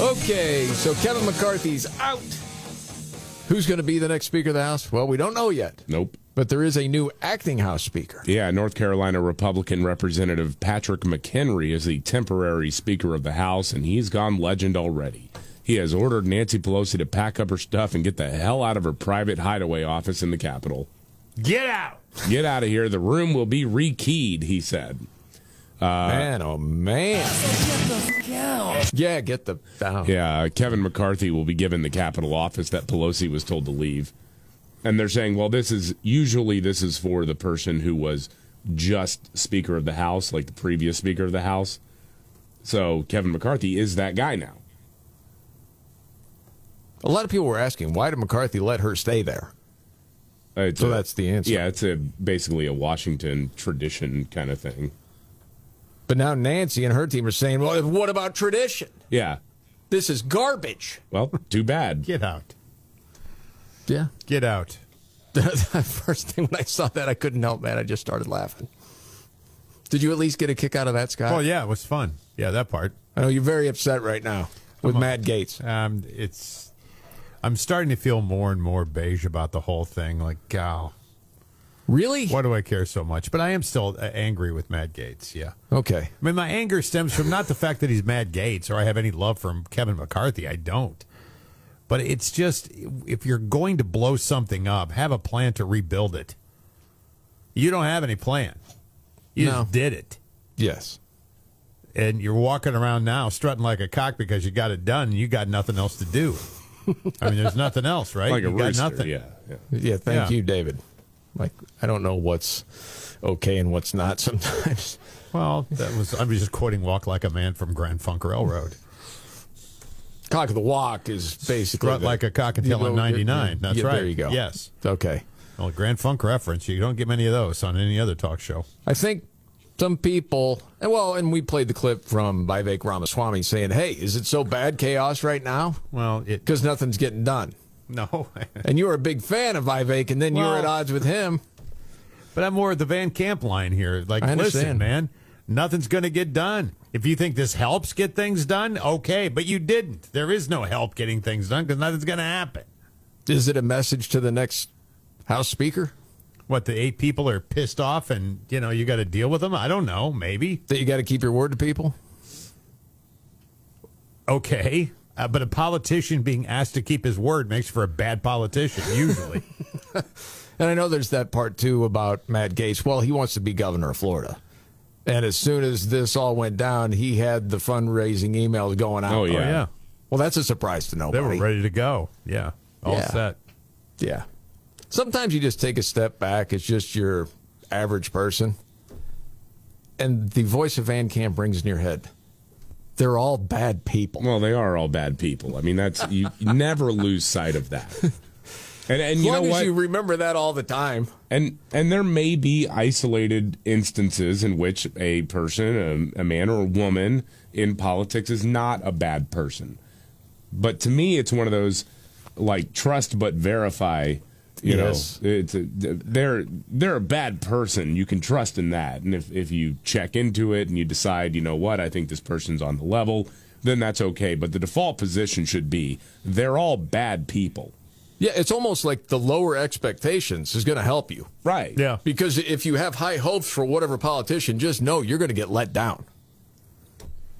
Okay, so Kevin McCarthy's out. Who's going to be the next Speaker of the House? Well, we don't know yet.
Nope.
But there is a new acting House Speaker.
Yeah, North Carolina Republican Representative Patrick McHenry is the temporary Speaker of the House, and he's gone legend already. He has ordered Nancy Pelosi to pack up her stuff and get the hell out of her private hideaway office in the Capitol.
Get out!
Get out of here. The room will be rekeyed, he said. Uh,
man, oh man. (laughs) Yeah, get the. Oh.
Yeah, Kevin McCarthy will be given the Capitol office that Pelosi was told to leave. And they're saying, well, this is usually this is for the person who was just Speaker of the House, like the previous Speaker of the House. So Kevin McCarthy is that guy now.
A lot of people were asking, why did McCarthy let her stay there?
Uh, it's
So
a-
that's the answer.
Yeah, it's a basically a Washington tradition kind of thing.
But now Nancy and her team are saying, well, what about tradition?
Yeah.
This is garbage.
Well, too bad.
Get out.
Yeah.
Get out.
(laughs) the first thing when I saw that, I couldn't help, man. I just started laughing. Did you at least get a kick out of that, Scott?
Oh, yeah, it was fun. Yeah, that part.
I know you're very upset right now with
I'm, uh,
Matt Gates.
Um, it's. I'm starting to feel more and more beige about the whole thing. Like, gal.
Really?
Why do I care so much? But I am still uh, angry with Matt Gates. Yeah.
Okay.
I mean, my anger stems from not the fact that he's Matt Gates or I have any love for him, Kevin McCarthy. I don't. But it's just if you're going to blow something up, have a plan to rebuild it. You don't have any plan. You
No.
just did it.
Yes.
And you're walking around now strutting like a cock because you got it done and you got nothing else
(laughs)
to do. I mean, there's nothing else, right?
Like a
you got
rooster,
nothing.
Yeah, yeah.
Yeah, thank
Yeah.
you, David. Like, I don't know what's okay and what's not (laughs) sometimes.
Well, that was I'm just quoting "Walk Like a Man" from Grand Funk Railroad.
Cock of the walk is basically.
Strut
the-
like a cock until
You
I'm
know,
99. That's
yeah,
right.
There you go.
Yes.
Okay.
Well, Grand Funk reference. You don't get many of those on any other talk show.
I think some people, and well, and we played the clip from Vivek Ramaswamy saying, "Hey, is it so bad chaos right now?
Well, it
Because nothing's getting done."
no, (laughs)
And you were a big fan of Vivek, and then you were
Well-
at odds with him.
but I'm more at the Van Camp line here. Like,
I
listen,
understand.
man, nothing's going to get done. If you think this helps get things done, okay, but you didn't. There is no help getting things done because nothing's going to happen.
Is it a message to the next House Speaker
What the eight people are pissed off, and you know you got to deal with them. I don't know. Maybe
that you got to keep your word to people?
okay, uh, but a politician being asked to keep his word makes for a bad politician
(laughs)
usually.
And I know there's that part too about Matt Gates. Well, he wants to be governor of Florida. And as soon as this all went down, he had the fundraising emails going out.
Oh, yeah.
yeah.
Well, that's a surprise to
They
nobody.
were ready to go. Oh, Yeah. All
Yeah.
set.
Yeah. Sometimes you just take a step back. It's just your average person. And the voice of Van Camp rings in your head. They're all bad people.
Well, they are all bad people. I mean, that's you you never lose sight of that. And and
As
you know
long as
what?
you remember that all the time.
and and there may be isolated instances in which a person, a, a man or a woman in politics, is not a bad person. But to me, it's one of those like trust but verify You
Yes.
know, it's a, they're they're a bad person. You can trust in that, and if if you check into it and you decide, you know what, I think this person's on the level, then that's okay. But the default position should be they're all bad people.
Yeah, it's almost like the lower expectations is going to help you.
Right.
Yeah. Because if you have high hopes for whatever politician, just know you're going to get let down.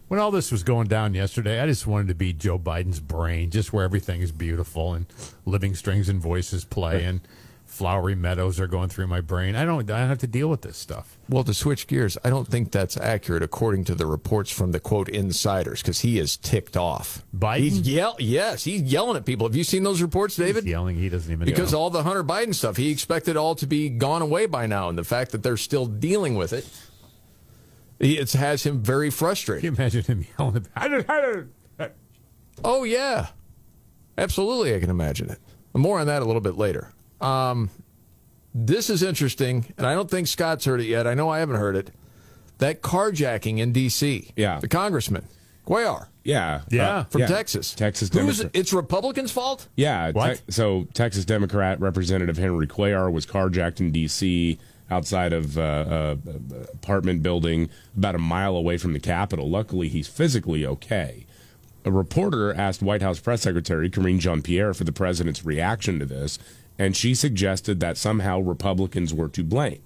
When all this was going down yesterday, I just wanted to be Joe Biden's brain, just where everything is beautiful and living strings and voices play and flowery meadows are going through my brain. I don't I don't have to deal with this stuff.
Well, to switch gears, I don't think that's accurate according to the reports from the quote insiders because he is ticked off. Biden? He's yell- yes, he's yelling at people. Have you seen those reports, David?
yelling. He doesn't even
Because all the Hunter Biden stuff, he expected all to be gone away by now. And the fact that they're still dealing with it, he- it has him very frustrated.
Can you imagine him (laughs) yelling about
Oh, yeah. Absolutely, I can imagine it. More on that a little bit later. Um, this is interesting, and I don't think Scott's heard it yet. I know I haven't heard it. That carjacking in D.C.
Yeah.
The congressman, Cuellar.
Yeah. Uh,
From
yeah.
Texas.
Texas
Who's,
Democrat.
it's Republicans' fault?
Yeah.
What?
Te- so Texas Democrat Representative Henry Cuellar was carjacked in D.C. outside of uh, uh, apartment building about a mile away from the Capitol. Luckily, he's physically okay. A reporter asked White House Press Secretary Karine Jean-Pierre for the president's reaction to this, and she suggested that somehow Republicans were to blame.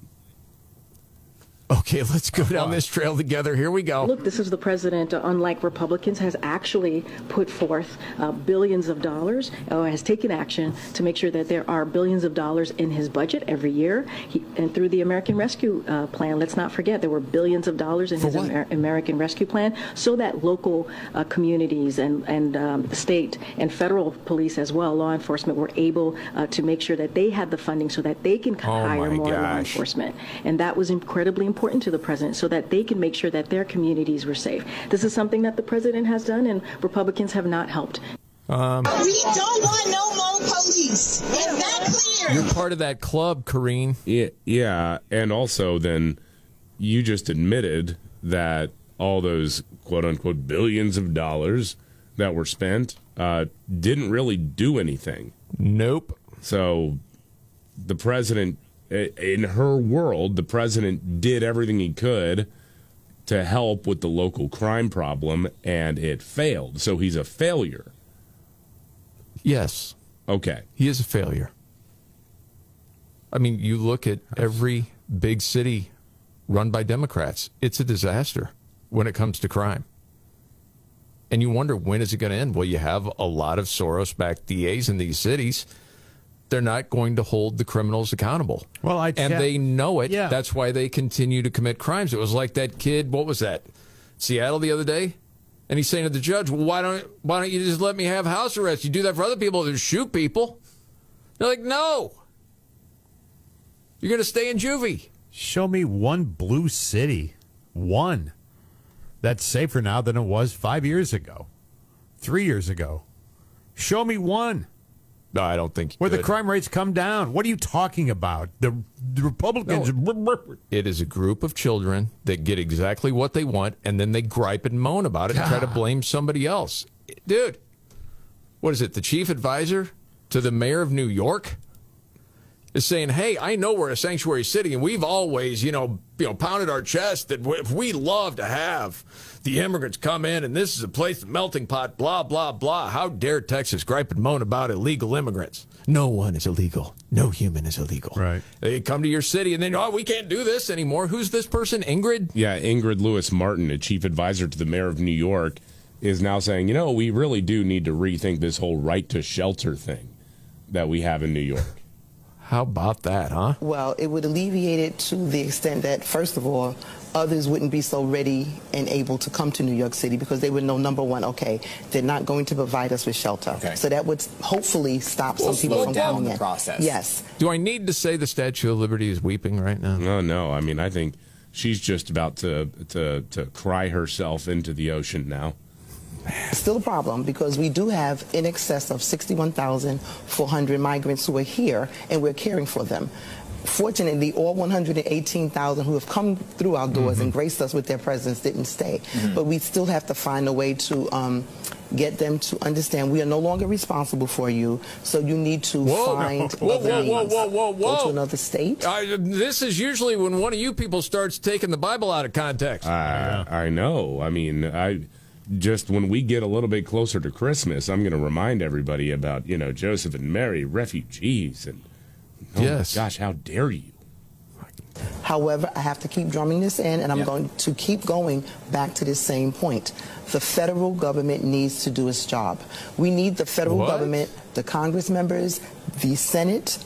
Okay, let's go down this trail together. Here we go.
Look, this is the president, uh, unlike Republicans, has actually put forth uh, billions of dollars or has taken action to make sure that there are billions of dollars in his budget every year. He, and through the American Rescue uh, Plan, let's not forget, there were billions of dollars in his Amer- American Rescue Plan so that local uh, communities and, and um, state and federal police as well, law enforcement, were able uh, to make sure that they had the funding so that they can
Oh,
hire
my
more law
gosh.
enforcement. And that was incredibly important to the president so that they can make sure that their communities were safe. This is something that the president has done, and Republicans have not helped.
Um,
We don't want no more police. Is that clear?
you're part of that club, Karine.
Yeah, yeah, and also then you just admitted that all those quote unquote billions of dollars that were spent uh, didn't really do anything.
Nope.
So the president, i- in her world, the president did everything he could to help with the local crime problem, and it failed. So he's a failure.
Yes.
Okay.
He is a failure. I mean, you look at every big city run by Democrats, it's a disaster when it comes to crime. And you wonder when is it going to end? Well, you have a lot of Soros backed DAs in these cities. They're not going to hold the criminals accountable.
Well, I
and
te-
they know it.
Yeah.
That's why they continue to commit crimes. It was like that kid, what was that? Seattle the other day? And he's saying to the judge, well, why don't why don't you just let me have house arrest? You do that for other people, just shoot people. They're like, no. You're gonna stay in juvie.
Show me one blue city. One. That's safer now than it was five years ago, three years ago. Show me one.
No, I don't think
where the
could.
crime rates come down. What are you talking about? The, the Republicans.
It is a group of children that get exactly what they want and then they gripe and moan about it and try to blame somebody else. Dude, what is it? The chief advisor to the mayor of New York is saying, "Hey, I know we're a sanctuary city and we've always, you know, you know, pounded our chest that we- if we love to have the immigrants come in and this is a place of melting pot, blah blah blah. How dare Texas gripe and moan about illegal immigrants?" No one is illegal. No human is illegal. Right. They come to your city and then, "Oh, we can't do this anymore. Who's this person, Ingrid?"
Yeah, Ingrid Lewis Martin, a chief advisor to the mayor of New York, is now saying, you know, we really do need to rethink this whole right to shelter thing that we have in New York.
How about that, huh?
Well, it would alleviate it to the extent that, first of all, others wouldn't be so ready and able to come to New York City because they would know, number one, okay, they're not going to provide us with shelter. So that would hopefully stop
We'll
some people
slow
from
down
coming
the
in.
process.
Yes.
Do I need to say the Statue of Liberty is weeping right now?
No, no. I mean, I think she's just about to to to cry herself into the ocean now.
Still a problem because we do have in excess of 61,400 migrants who are here and we're caring for them. Fortunately, all 118,000 who have come through
Mm-hmm.
our doors and graced us with their presence didn't stay. But we still have to find a way to um, get them to understand we are no longer responsible for you, so you need to
Whoa,
find
no. (laughs) Whoa,
other
whoa, whoa,
means.
whoa, whoa,
Go
whoa.
to another state.
I, this is usually when one of you people starts taking the Bible out of context.
I, I know. I mean, I just when we get a little bit closer to Christmas, I'm going to remind everybody about you know Joseph and Mary, refugees, and oh
Yes.
my gosh, how dare you?
However, I have to keep drumming this in, and I'm going to keep going back to this same point. The federal government needs to do its job. We need the federal
What?
government, the Congress members, the Senate,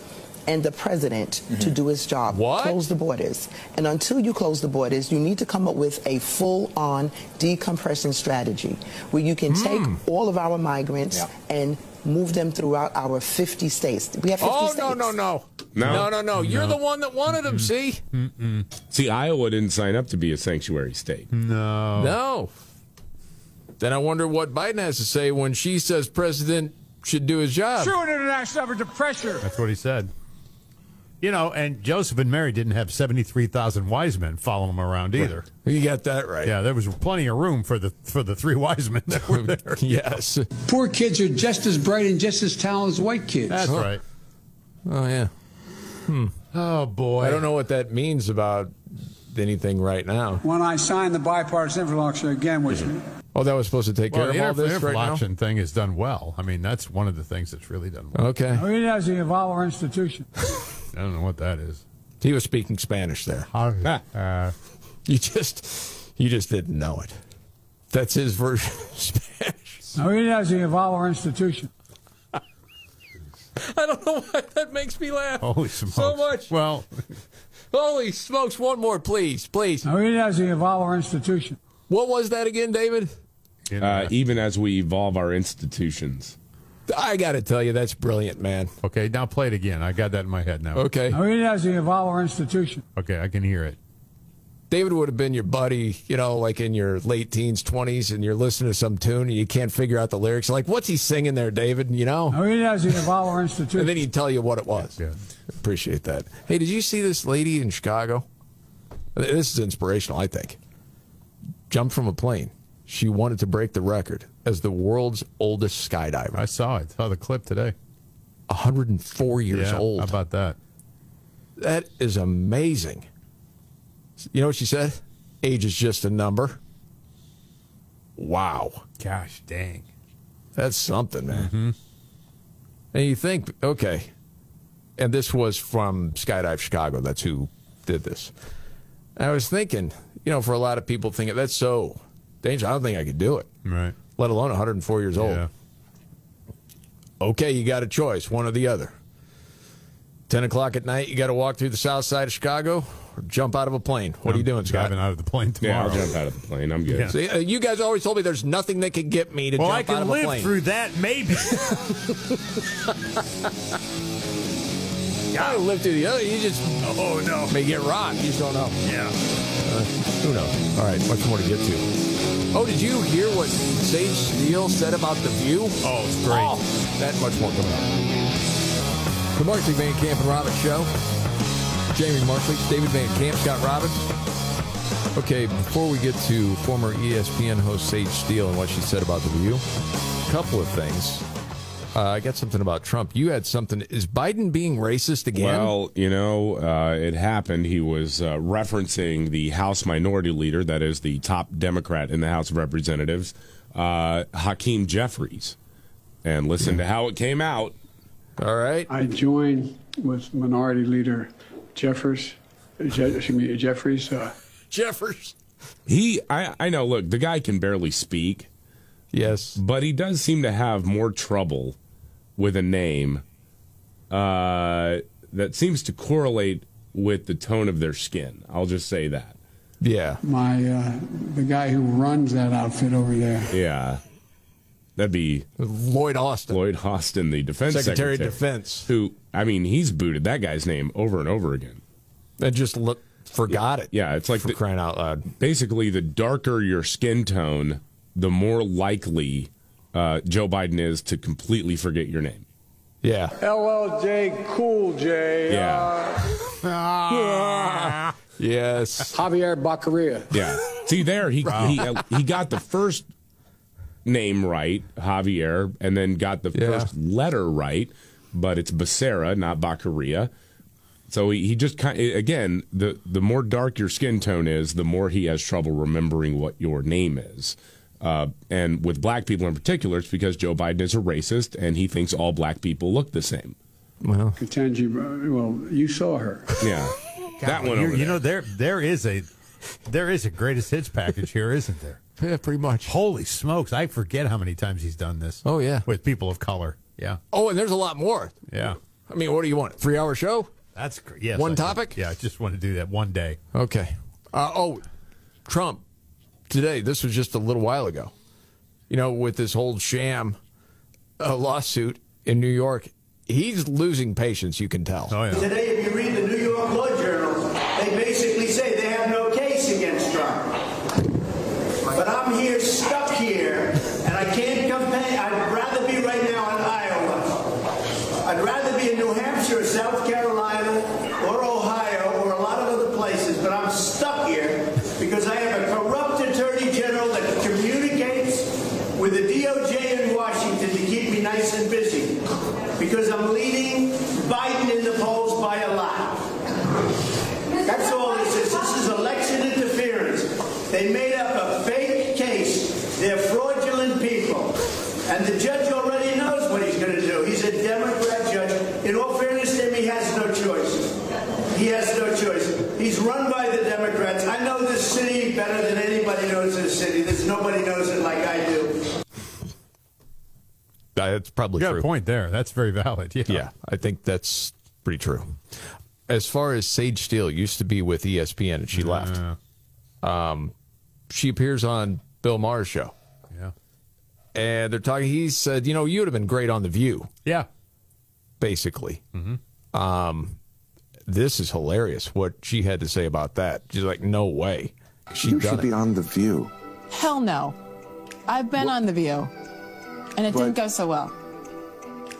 and the president to
Mm-hmm.
do his job. Close the borders. And until you close the borders, you need to come up with a full on decompression strategy where you can
Hmm.
take all of our migrants and move them throughout our 50 states. We have 50
Oh
states.
no, no, no,
No.
no, no, no! You're
No.
the one that wanted them. See,
Mm-mm. See, Iowa didn't sign up to be a sanctuary state. Oh.
No.
no. Then I wonder what Biden has to say when she says president should do his job.
True international effort to pressure.
That's what he said. You know, and Joseph and Mary didn't have 73,000 wise men following them around either.
You got that right.
Yeah, there was plenty of room for the for the three (laughs) wise men that
(laughs)
were there. (laughs)
yes.
Poor kids are just as bright and just as talented as white kids.
That's right.
Oh yeah. Hmm.
Oh boy.
I don't know what that means about anything right now.
When I signed the bipartisan interlocution again, which
Oh, that was supposed to take
Well,
care
the
of all
inter-
this right now.
interlocution thing has done well. I mean, that's one of the things that's really done well.
Okay.
I mean, as the our institution.
I don't know what that is.
Oh. He was speaking Spanish there. Ah. you just you just didn't know it. That's his version of (laughs) Spanish.
I mean, as the our
(laughs)
institution.
I don't know why that makes me laugh.
Holy smokes. So much. Well,
holy smokes, one more please, please.
I mean, as the our institution.
What was that again, David?
Uh, even as we evolve our institutions.
I got to tell you that's brilliant, man.
Okay, now play it again. I got that in my head now.
(laughs) Okay.
I mean, as the our institution.
Okay, I can hear it.
David would have been your buddy, you know, like in your late teens, 20s, and you're listening to some tune and you can't figure out the lyrics. Like, what's he singing there, David? You know?
I mean, as the our institution.
And then he'd tell you what it was. Appreciate that. Hey, did you see this lady in Chicago? This is inspirational, I think. Jumped from a plane. She wanted to break the record as the world's oldest skydiver. I
saw it. Saw the clip today.
104 years
Yeah,
old.
How about that?
That is amazing. You know what she said? Age is just a number. Wow.
Gosh dang.
That's something, man.
Mm-hmm.
And you think, okay, and this was from Skydive Chicago. That's who did this. And I was thinking, you know, for a lot of people thinking that's so dangerous. I don't think I could do it,
Right.
let alone 104 years old. Okay, you got a choice, one or the other. 10 o'clock at night, you got to walk through the south side of Chicago or jump out of a plane. What are you doing, Scott?
Driving out of the plane
Yeah,
tomorrow.
I'll jump out of the plane. I'm good.
Yeah.
See, uh, you guys always told me there's nothing that could get me to
well,
jump
I
out
can
of a
live
plane.
through that,
(laughs)
maybe.
I live through the other. You just
oh no,
may get rocked. You just don't know.
Yeah.
Uh, who knows? All right, much more to get to. Oh, did you hear what Sage Steele said about the view? Oh, it's great. that much more coming up. The Markley Van Camp and Robbins Show. Jamie Markley, David Van Camp, Scott Robbins. Okay, before we get to former E ESPN host Sage Steele and what she said about the view, a couple of things. Uh, I got something about Trump. You had something. Is Biden being racist again?
Well, you know, uh, it happened. He was uh, referencing the House Minority Leader, that is the top Democrat in the House of Representatives, uh, Hakeem Jeffries. And listen to how it came out.
All right.
I joined with Minority Leader Jeffers, Je- excuse me, Jeffries. Uh,
Jeffers.
He, I, I know. Look, the guy can barely speak.
Yes,
but he does seem to have more trouble with a name uh, that seems to correlate with the tone of their skin. I'll just say that.
Yeah.
my uh, the guy who runs that outfit over there.
Yeah. That'd be
Lloyd Austin.
Lloyd Austin, the defense
Secretary
secretary,
of Defense.
Who, I mean, he's booted that guy's name over and over again.
And just look, forgot it.
Yeah, it's like the,
crying out loud.
Basically, the darker your skin tone, the more likely uh, Joe Biden is to completely forget your name.
Yeah.
LLJ Cool J.
Yeah.
yeah.
Yes.
Javier Baccaria.
uh, Yeah. See there, he he, he got the first name right, Javier, and then got the first letter right, but it's Becerra, not Baccaria. So he, he just kind again the the more dark your skin tone is, the more he has trouble remembering what your name is. Uh, and with black people in particular, it's because Joe Biden is a racist and he thinks all black people look the same.
Well,
Katanji, well, you saw her.
Yeah, that one
you
over
you
there.
know there there is a there is a greatest hits package here, isn't there?
(laughs) Yeah, pretty much.
Holy smokes! I forget how many times he's done this.
Oh yeah,
with people of color. Yeah,
Oh, and there's a lot more.
yeah.
I mean, what do you want? Three hour show?
That's cr- yes.
One
I-
topic?
Yeah, I just want to do that one day.
Okay. Uh, oh, Trump today. This was just a little while ago. You know, with this whole sham uh, lawsuit in New York, he's losing patience. You can tell. Oh
Today, if you read the New York Law Journal, they basically say they have no case against Trump. But I'm here, stuck here, and I can't campaign. I'd rather be right now in Iowa. I'd rather be in New Hampshire or South Carolina or Ohio or a lot of other places, but I'm stuck here because I have a corrupt attorney general that communicates with the DOJ in Washington to keep me nice and busy because I'm leading Biden in the polls by a lot. That's all this is. This is election interference. They made up a fake case. They're fraudulent people. And the judge already knows what he's going to do. He's a Democrat judge. In all fairness to him, he has no choice. He has no choice. He's run by the Democrats. I know this city better than anybody knows this city. There's nobody knows it like I do.
That's Uh, probably
Got a
true.
point there. That's very valid. (laughs) Yeah.
Yeah, I think that's pretty true. As far as Sage Steele used to be with E ESPN, and she left. Um, she appears on Bill Maher's show.
Yeah.
and they're talking. He said, "You know, you'd have been great on the View."
Yeah,
basically.
Mm-hmm.
Um, this is hilarious. What she had to say about that. She's like, "No way." She
You should be
on the View.
Hell no. I've been on The View, and it didn't go so well.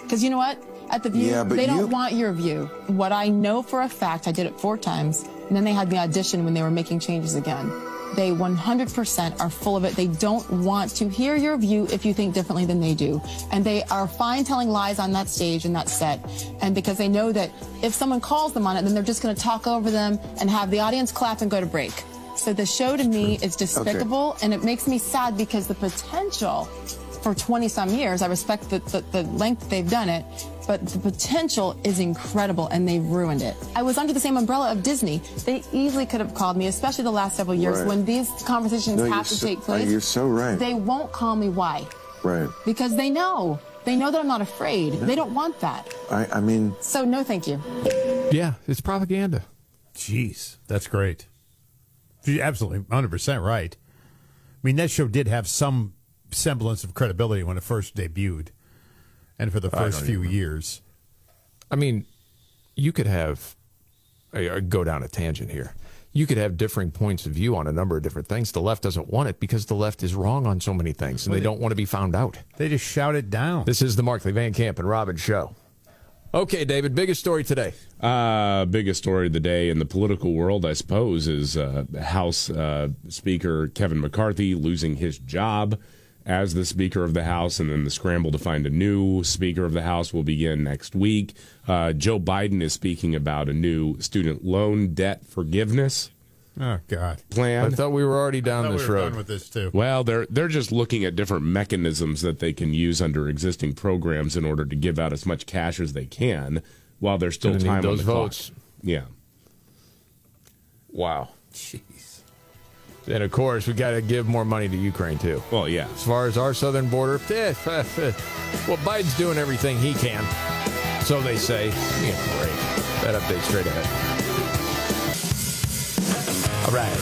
Because you know what? At The View,
Yeah, but
they
you-
don't want your view. What I know for a fact, I did it four times, and then they had the audition when they were making changes again. They 100% are full of it. They don't want to hear your view if you think differently than they do. And they are fine telling lies on that stage and that set. And because they know that if someone calls them on it, then they're just going to talk over them and have the audience clap and go to break. So the show to me is despicable despicable, and it makes me sad because the potential for 20 some years, I respect the, the, the length they've done it, but the potential is incredible and they've ruined it. I was under the same umbrella of Disney. They easily could have called me, especially the last several years
Right.
when these conversations
No, you're
have to
so-
take
uh,
place.
you're so right.
They won't call me. Why?
Right.
Because they know. They know that I'm not afraid. They don't want that.
I, I mean,
So, no, thank you.
Yeah, it's propaganda.
Jeez, that's great. You're absolutely 100% right. I mean, that show did have some semblance of credibility when it first debuted and for the
I don't
first
even
few
remember.
years.
I mean, you could have I- I go down a tangent here. You could have differing points of view on a number of different things. The left doesn't want it because the left is wrong on so many things, and
Well,
they
they-
don't want to be found out.
They just shout it down.
This is the Markley Van Camp and Robin show. Okay, David, biggest story today.
Uh, biggest story of the day in the political world, I suppose, is uh, House uh, Speaker Kevin McCarthy losing his job as the Speaker of the House, and then the scramble to find a new Speaker of the House will begin next week. Uh, Joe Biden is speaking about a new student loan debt forgiveness
Oh, God. (laughs)
plan.
I thought we were already down
I thought
this
we were
road.
done with this, too.
Well, they're they're just looking at different mechanisms that they can use under existing programs in order to give out as much cash as they can while there's still
Gonna need
time on
those
the clock.
votes.
Yeah.
Wow. Jeez. And of course, we got to give more money to Ukraine too.
Well, yeah.
As far as our southern border, (laughs) eh, eh, eh. well, Biden's doing everything he can, so they say. Yeah, great. That update straight ahead. All right.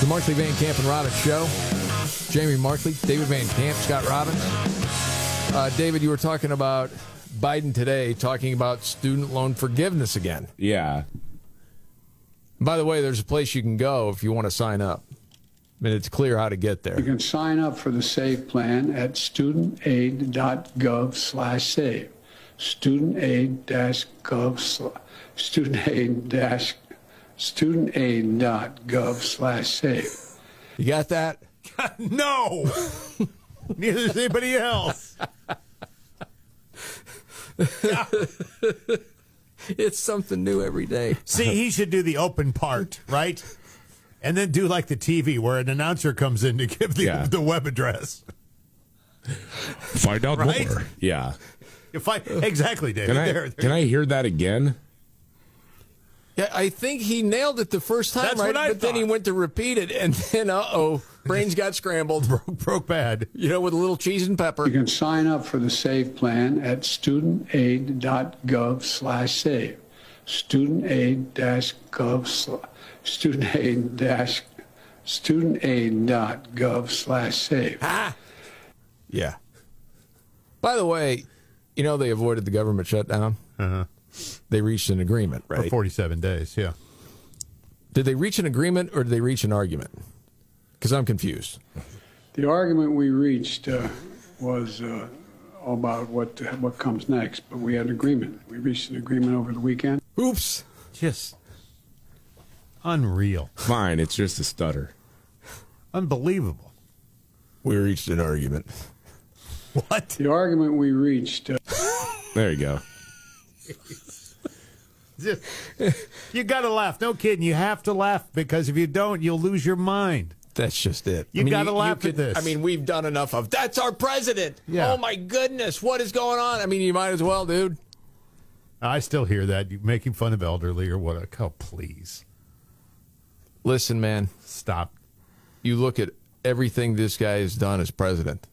The Markley Van Camp and Robbins Show. Jamie Markley, David Van Camp, Scott Robbins. Uh, David, you were talking about Biden today, talking about student loan forgiveness again.
Yeah.
By the way, there's a place you can go if you want to sign up. And it's clear how to get there.
You can sign up for the SAVE plan at studentaid.gov slash save. Studentaid-gov, sl- studentaid dash, studentaid.gov slash save.
(laughs) You got that?
no. Neither is anybody
(laughs)
else.
it's something new every day.
See, he should do the open part, right? And then do like the TV where an announcer comes in to give the,
Yeah.
the web address.
Find out
Right?
more. Yeah.
If I, exactly, David.
Can I,
There- there-
can I hear that again?
Yeah, I think he nailed it the first time,
That's
right?
what I
but then he went to repeat it, and (laughs) then uh oh, brains
(laughs)
got scrambled, broke, broke bad. You know, with a little cheese and pepper.
You can sign up for the SAVE plan at studentaid.gov/save. Studentaid-gov, sl- studentaid dash, studentaid.gov/save. Ah.
Yeah. By the way, you know they avoided the government shutdown. Uh-huh. They reached an agreement, right?
For 47 days, yeah.
Did they reach an agreement or did they reach an argument? Because I'm confused.
The argument we reached uh, was uh, about what what comes next, but we had an agreement. We reached an agreement over the weekend.
Oops.
Just unreal.
Fine, it's just a stutter.
Unbelievable.
We reached an argument.
What? The argument we reached. Uh,
There you go.
Just- you got to laugh. No kidding. You have to laugh because if you don't, you'll lose your mind.
That's just it.
You gotta laugh at
could-
this.
I mean, we've done enough of that's our president.
Yeah.
Oh my goodness, what is going on? I mean, you might as well, dude.
I still hear that you making fun of elderly or what? Oh, please
Listen, man.
stop.
You look at everything this guy has done as president,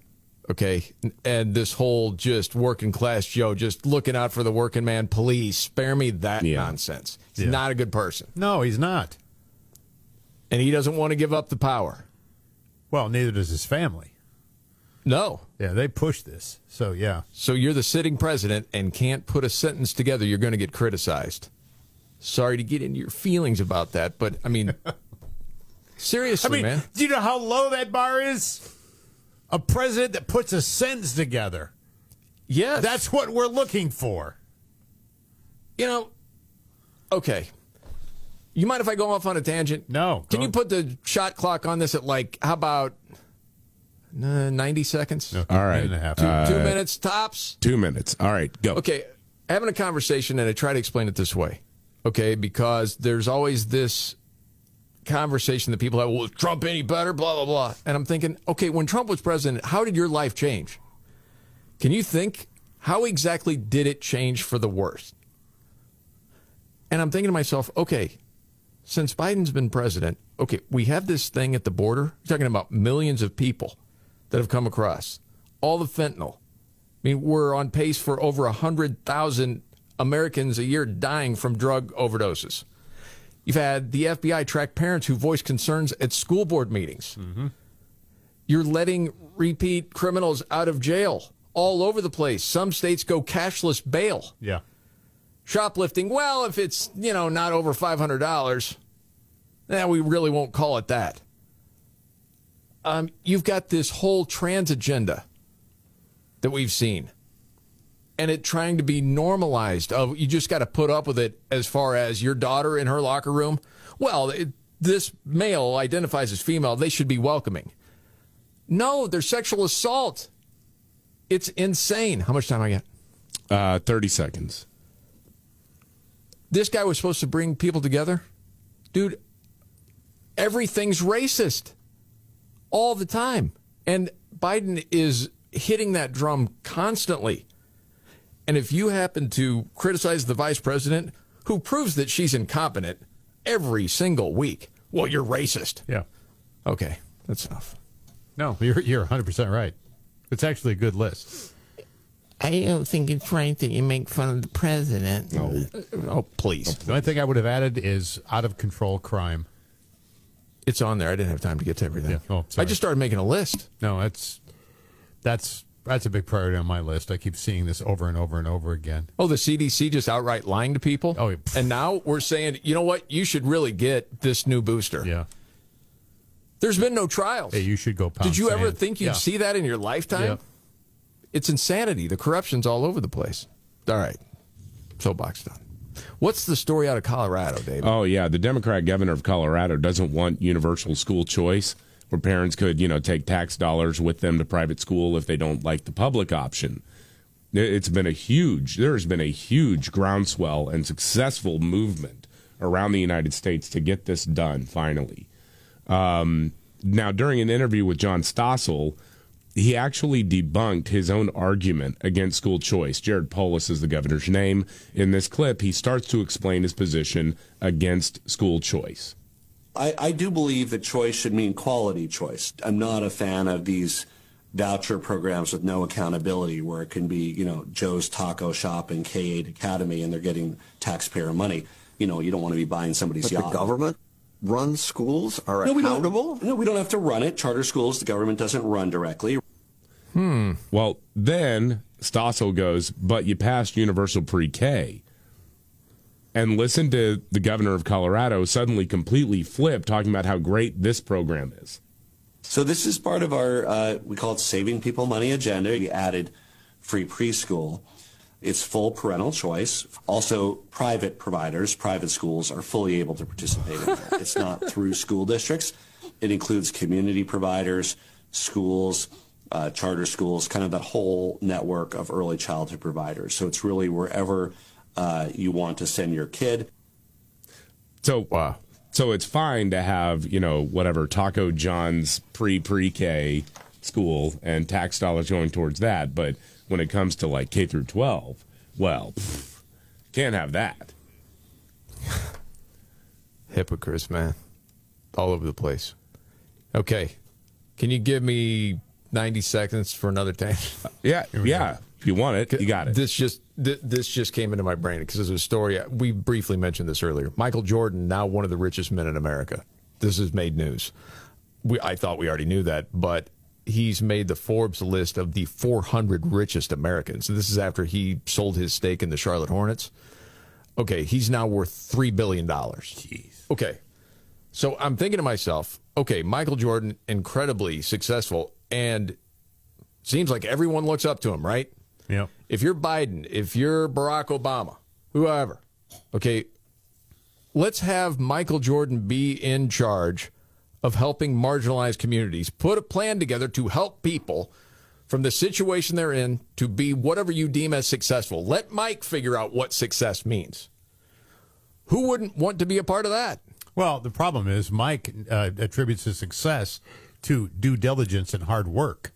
okay? And this whole just working class Joe, just looking out for the working man. Please spare me that nonsense. He's
Yeah.
not a good person.
No, he's not.
And he doesn't want to give up the power.
Well, neither does his family.
No.
Yeah, they push this. So yeah,
So you're the sitting president and can't put a sentence together, you're going to get criticized. Sorry to get into your feelings about that, but I
(laughs)
mean, seriously,
I mean,
man.
do you know how low that bar is? A president that puts a sentence together.
Yes.
That's what we're looking for.
You know, okay. You mind if I go off on a tangent?
No.
Can you put the shot clock on this at like, how about uh, 90 seconds?
All right.
Two,
Uh,
two minutes tops.
Two minutes. All right, go.
Okay, having a conversation, and I try to explain it this way, okay, because there's always this conversation that people have, well, is Trump any better, blah, blah, blah. And I'm thinking, okay, when Trump was president, how did your life change? Can you think, how exactly did it change for the worse? And I'm thinking to myself, okay, since Biden's been president, okay, we have this thing at the border. You're talking about millions of people that have come across, all the fentanyl. I mean, we're on pace for over 100,000 Americans a year dying from drug overdoses. You've had the FBI track parents who voice concerns at school board meetings. You're letting repeat criminals out of jail all over the place. Some states go cashless bail
Yeah.
shoplifting. Well, if it's you know not over five hundred dollars, eh, we really won't call it that. Um, you've got this whole trans agenda that we've seen, and it trying to be normalized. Of you just got to put up with it as far as your daughter in her locker room. Well, it, this male identifies as female. They should be welcoming. No, they're sexual assault. It's insane. How much time I got?
Uh, 30 seconds.
this guy was supposed to bring people together. Dude, everything's racist all the time. And Biden is hitting that drum constantly. And if you happen to criticize the vice president, who proves that she's incompetent every single week, well, you're racist.
Yeah.
Okay, that's enough.
No, you're you're 100 percent right. It's actually a good list.
I don't think it's right that you make fun of the president.
No. Oh, please.
The only thing I would have added is out of control crime.
It's on there. I didn't have time to get to everything.
Oh,
I
sorry.
just started making a list.
No, that's that's that's a big priority on my list. I keep seeing this over and over and over again.
Oh, the CDC just outright lying to people. Oh, and now we're saying, you know what? You should really get this new booster.
Yeah.
There's been no trials.
Hey, you should go. Pound
Did you ever
sand.
think you'd
Yeah.
see that in your lifetime? It's insanity. The corruption's all over the place. All right. Soapbox done. What's the story out of Colorado, David?
Oh, yeah. The Democrat governor of Colorado doesn't want universal school choice. where parents could, you know, take tax dollars with them to private school if they don't like the public option. It- It's been a huge, there has been a huge groundswell and successful movement around the United States to get this done finally. Um, now, during an interview with John Stossel, he actually debunked his own argument against school choice. Jared Polis is the governor's name. In this clip, he starts to explain his position against school choice.
I, I do believe that choice should mean quality choice. I'm not a fan of these voucher programs with no accountability where it can be, you know, Joe's Taco Shop and K8 Academy and they're getting taxpayer money. You know, you don't want to be buying somebody's
But the
yacht.
government runs schools are
no, we
accountable.
don't, no, we don't have to run it. Charter schools, the government doesn't run directly.
Hmm. Well, then Stossel goes, but you passed universal pre K. And listen to the governor of Colorado suddenly completely flip talking about how great this program is.
So this is part of our uh, we call it saving people money agenda. We added free preschool. It's full parental choice. Also, private providers, private schools are fully able to participate in that. It's not through school districts. It includes community providers, schools, uh, charter schools, kind of that whole network of early childhood providers. So it's really wherever uh, you want to send your kid.
So uh, So it's fine to have you know whatever Taco John's pre pre K school and tax dollars going towards that, but when it comes to like K through twelve, well, pff, can't have that.
Hypocrites, man. All over the place. Okay. Can you give me 90 seconds for another tangent?
(laughs) Yeah. Yeah. If you want it, you got it.
This just th- this just came into my brain because there's a story. We briefly mentioned this earlier. Michael Jordan, now one of the richest men in America. This has made news. We, I thought we already knew that, but he's made the Forbes list of the 400 richest Americans. This is after he sold his stake in the Charlotte Hornets. Okay, he's now worth three billion dollars. Jeez. Okay, so I'm thinking to myself, okay, Michael Jordan, incredibly successful, and seems like everyone looks up to him, right?
Yeah.
If you're Biden, if you're Barack Obama, whoever, okay, let's have Michael Jordan be in charge of helping marginalized communities. Put a plan together to help people from the situation they're in to be whatever you deem as successful. Let Mike figure out what success means. Who wouldn't want to be a part of that?
Well, the problem is Mike uh, attributes his success to due diligence and hard work.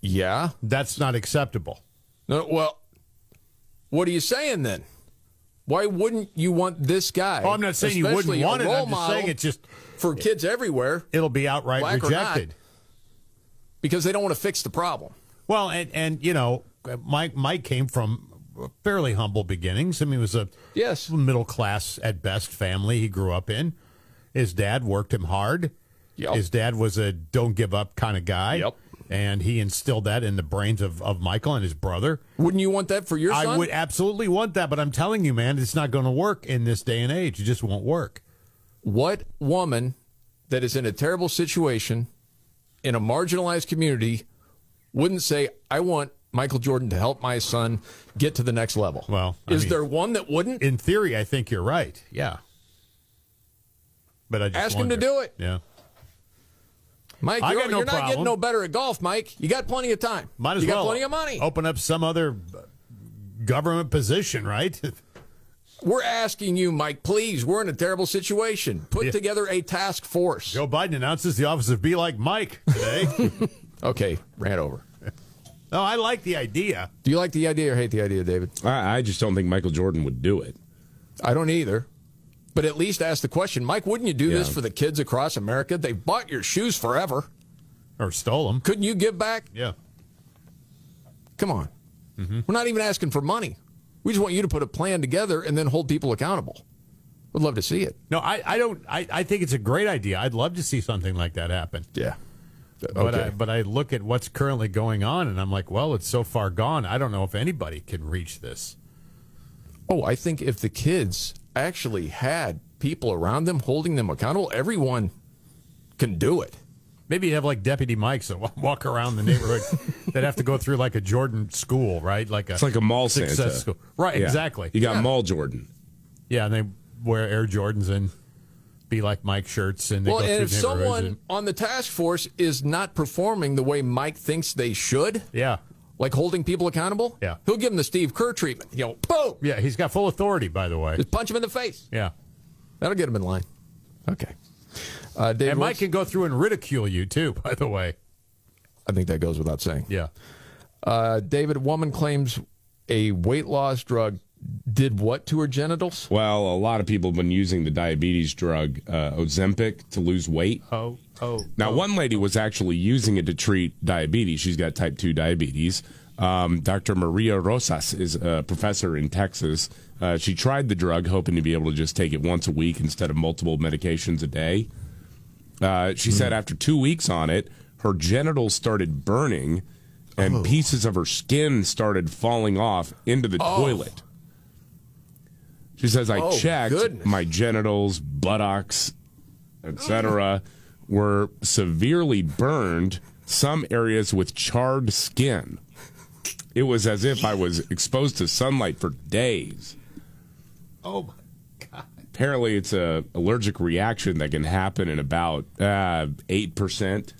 Yeah,
that's not acceptable.
No, well, what are you saying then? Why wouldn't you want this guy?
Oh, I'm not saying you wouldn't
especially a
want it.
role
I'm just
model
saying it's just
for kids everywhere.
It'll be outright
black or not,
rejected
because they don't want to fix the problem.
Well, and and you know, Mike Mike came from fairly humble beginnings. I mean, he was a
yes
middle class at best family he grew up in. His dad worked him hard. His dad was a don't give up kind of guy. Yep. And he instilled that in the brains of, of Michael and his brother.
Wouldn't you want that for your
I
son?
would absolutely want that, but I'm telling you, man, it's not going to work in this day and age. It just won't work.
What woman that is in a terrible situation in a marginalized community wouldn't say, I want Michael Jordan to help my son get to the next level? Well,
I
is
mean-
there one that wouldn't?
In theory, I think you're right. Yeah. But I just
Ask him to
wonder.
do it.
Yeah.
Mike,
I
you're,
got no
you're not getting
problem.
no better at golf, Mike. You got plenty of time.
Might as
you
well
got plenty of money.
Open up some other uh, government position, right? (laughs)
We're asking you, Mike, please, we're in a terrible situation. Put together a task force.
Joe Biden announces the office of Be Like Mike
(laughs)
today.
okay, ran over.
No, I like the idea.
Do you like the idea or hate the idea, David?
I, I just don't think Michael Jordan would do it.
I don't either. But at least ask the question, Mike, wouldn't you do this
Yeah.
for the kids across America? They've bought your shoes forever.
Or stole them.
Couldn't you give back?
Yeah. Mm-hmm.
Come on. We're not even asking for money. We just want you to put a plan together and then hold people accountable. Would love to see it.
No, I, I don't. I, I think it's a great idea. I'd love to see something like that happen.
Yeah.
But, I,
Okay.
but I look at what's currently going on and I'm like, well, it's so far gone. I don't know if anybody can reach this.
Oh, I think if the kids actually had people around them holding them accountable, everyone can do it.
Maybe you have like Deputy Mike's that wa- (laughs) walk around the
(laughs)
neighborhood that have to go through like a Jordan school, right? Like a
It's like a mall
success
Santa.
school. Right,
Yeah.
exactly.
You got
yeah.
mall Jordan.
Yeah, and they wear Air Jordans and be like Mike shirts and they
Well,
go
and
through
if
neighborhoods
someone
and-
on the task force is not performing the way Mike thinks they should,
yeah,
like holding people accountable,
Yeah.
he'll give them the Steve Kerr treatment. You know, boom,
yeah, he's got full authority. By the way,
just punch him in the face.
yeah,
That'll get him in line. Okay, uh, Dave.
and Mike
Lewis?
can go through and ridicule you too. By the way,
I think that goes without saying.
yeah,
Uh, David, woman claims a weight loss drug did what to her genitals?
Well, a lot of people have been using the diabetes drug uh, Ozempic to lose weight.
Oh, oh.
Now, one lady was actually using it to treat diabetes. She's got type 2 diabetes. Um, Dr. Maria Rosas is a professor in Texas. Uh, she tried the drug, hoping to be able to just take it once a week instead of multiple medications a day. Uh, she
Hmm.
said after two weeks on it, her genitals started burning
Oh.
and pieces of her skin started falling off into the
Oh.
toilet. She says, I
Oh,
checked
goodness.
my genitals, buttocks, etc., were severely burned, some areas with charred skin. It was as if I was exposed to sunlight for days.
Oh my.
Apparently, it's a allergic reaction that can happen in about uh, eight percent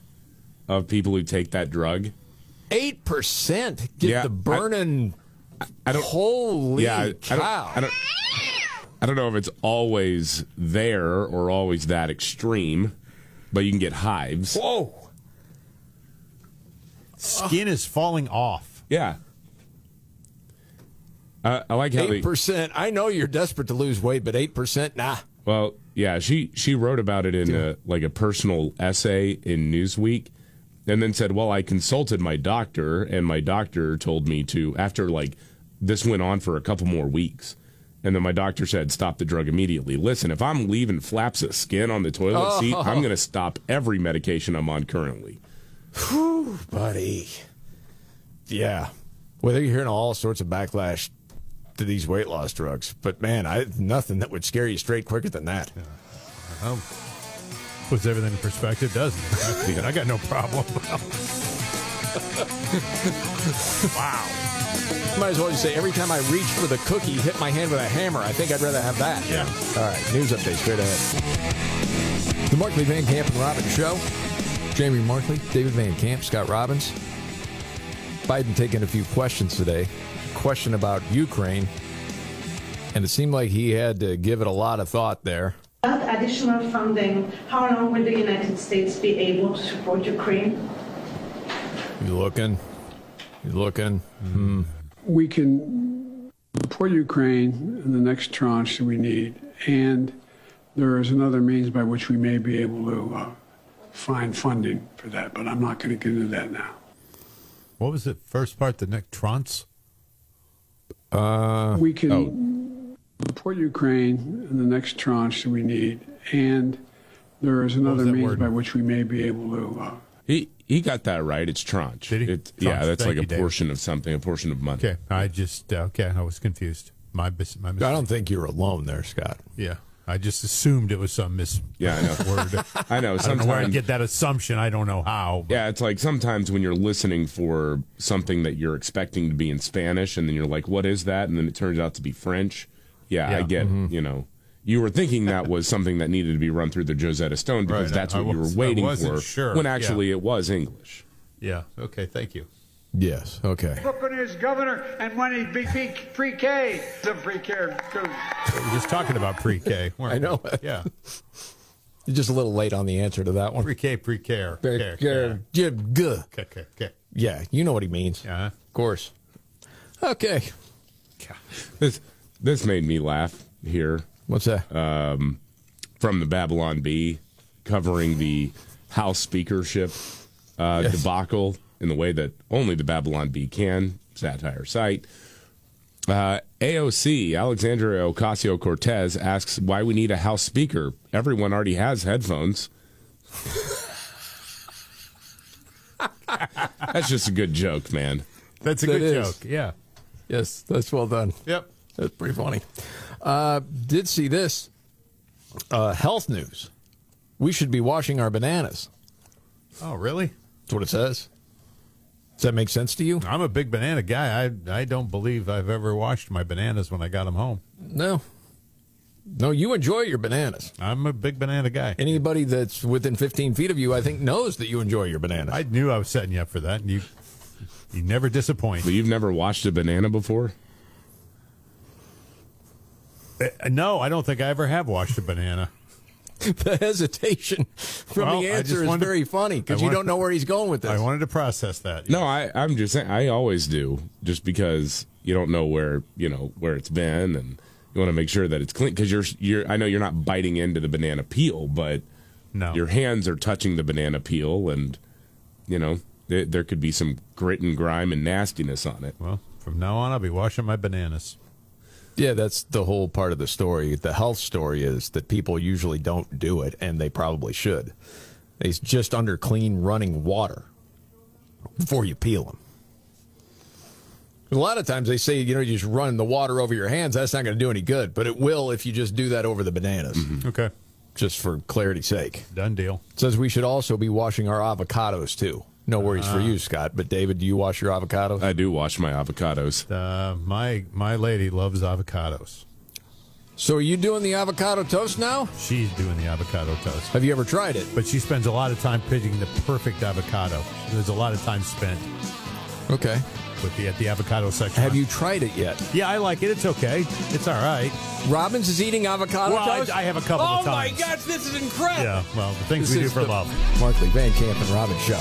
of people who take that drug.
Eight percent get
Yeah,
the burning.
I don't.
Holy
yeah, I, I
cow!
don't, I don't. I don't know if it's always there or always that extreme, but you can get hives.
Whoa!
skin is falling off.
Yeah. Uh, I like how
Eight
they.
percent. I know you're desperate to lose weight, but eight percent, nah.
Well, yeah, she she wrote about it in a like a personal essay in Newsweek, and then said, "Well, I consulted my doctor, and my doctor told me to." After like this went on for a couple more weeks, and then my doctor said, "Stop the drug immediately." Listen, if I'm leaving flaps of skin on the toilet
Oh.
seat, I'm going to stop every medication I'm on currently.
Whew, buddy. Yeah. Well, they're hearing all sorts of backlash to these weight loss drugs, but man, I nothing that would scare you straight quicker than that.
Oh. Puts everything in
(laughs)
perspective, doesn't it? I got no problem. (laughs) wow.
Might as well just say every time I reach for the cookie, hit my hand with a hammer. I think I'd rather have that.
Yeah.
All right. News update straight ahead. The Markley Van Camp and Robbins Show. Jamie Markley, David Van Camp, Scott Robbins. Biden taking a few questions today. Question about Ukraine, and it seemed like he had to give it a lot of thought there.
Without additional funding, how long will the United States be able to support Ukraine?
You looking? You looking? Hmm.
we can support Ukraine in the next tranche that we need, and there is another means by which we may be able to uh, find funding for that. But I'm not going to get into that now.
What was the first part? The neck trance?
Uh,
we can
oh.
Oh.
support Ukraine in the next tranche that we need, and there is another
that
means
word?
by which we may be able to. Uh,
He he got that right. It's tranche.
Did he?
It- yeah,
Tranche.
that's
Thank
like
you,
a
David.
portion of something, a portion of money.
Okay. I just, uh, okay, I was confused. My, bis- my
I
mistake.
don't think you're alone there, Scott.
Yeah. I just assumed it was some mis uh,
Yeah, I know.
(laughs) word.
(laughs) I know.
I don't know where I
sometimes-
get that assumption. I don't know how.
Yeah, it's like sometimes when you're listening for something that you're expecting to be in Spanish, and then you're like, "What is that?" And then it turns out to be French. Yeah, I
Yeah. Mm-hmm.
get. You know, you were thinking that was something that needed to be run through the Josetta Stone because
Right,
that's
I- I
what you were
was- I
waiting
wasn't
for.
sure,
When
yeah.
actually, it was English.
Yeah. Okay. Thank you.
Yes. Okay.
Brooklyn is governor, and when he be pre-K, the pre-K too.
We We're just talking about
(laughs)
pre-K. weren't
I know.
we? Yeah.
You're just a little late on the answer to that one.
Pre-K, pre-care. Care,
Yeah,
care.
yeah,
Okay. Okay. Okay.
yeah, you know what he means.
Yeah.
Of course. Okay.
This this made me laugh here
What's that?
um, from the Babylon Bee covering the House speakership uh,
Yes.
debacle in the way that only the Babylon Bee can satire site. Uh, AOC, Alexandria Ocasio Cortez, asks why we need a House speaker. Everyone already has
(laughs)
headphones. That's just a good joke, man.
That's a
That
good
is.
joke. Yeah.
yes, that's well done.
Yep.
That's pretty funny. Uh, did see this uh, health news. We should be washing our bananas.
Oh, really?
That's what it says. Does that make sense to you?
I'm a big banana guy. I I don't believe I've ever washed my bananas when I got them home.
No. No, you enjoy your bananas.
I'm a big banana guy.
Anybody that's within 15 feet of you, I think, knows that you enjoy your bananas.
I knew I was setting you up for that. You, you never disappoint.
But you've never watched a banana before?
Uh, no, I don't think I ever have washed a banana.
(laughs) the hesitation from
Well,
the
I just
answer is
wanted-
very funny because
I
you
wanted-
don't know (laughs) where he's going with this.
I wanted to process that.
No, I, I'm just saying I always do, just because you don't know where you know where it's been, and you want to make sure that it's clean. Because you're you're I know you're not biting into the banana peel, but
no,
your hands are touching the banana peel, and you know there, there could be some grit and grime and nastiness on it.
Well, from now on, I'll be washing my bananas.
Yeah, that's the whole part of the story. The health story is that people usually don't do it, and they probably should. It's just under clean running water before you peel them. A lot of times they say, you know, you just run the water over your hands. That's not going to do any good, but it will if you just do that over the bananas.
Mm-hmm.
Okay.
Just for clarity's sake.
Done deal.
Says we should also be washing our avocados too. No worries
Uh,
for you, Scott. But David, do you wash your avocados?
I do wash my avocados.
Uh, my my lady loves avocados.
So are you doing the avocado toast now?
She's doing the avocado toast.
Have you ever tried it?
But she spends a lot of time picking the perfect avocado. There's a lot of time spent
Okay.
with the at the avocado section.
Have you tried it yet?
Yeah, I like it. It's okay. It's all right.
Robbins is eating avocado
Well, I-
toast?
I have a couple
oh
of times.
my gosh, this is incredible.
Yeah. Well, the things
This
we do
is
for
the
love.
Markley Van Camp and Robbins show.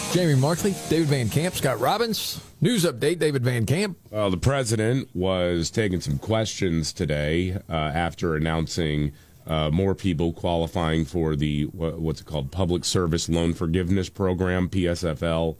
Jamie Markley, David Van Camp, Scott Robbins. News update, David Van Camp.
Well, the president was taking some questions today uh, after announcing uh, more people qualifying for the wha- what's it called Public Service Loan Forgiveness Program (PSFL)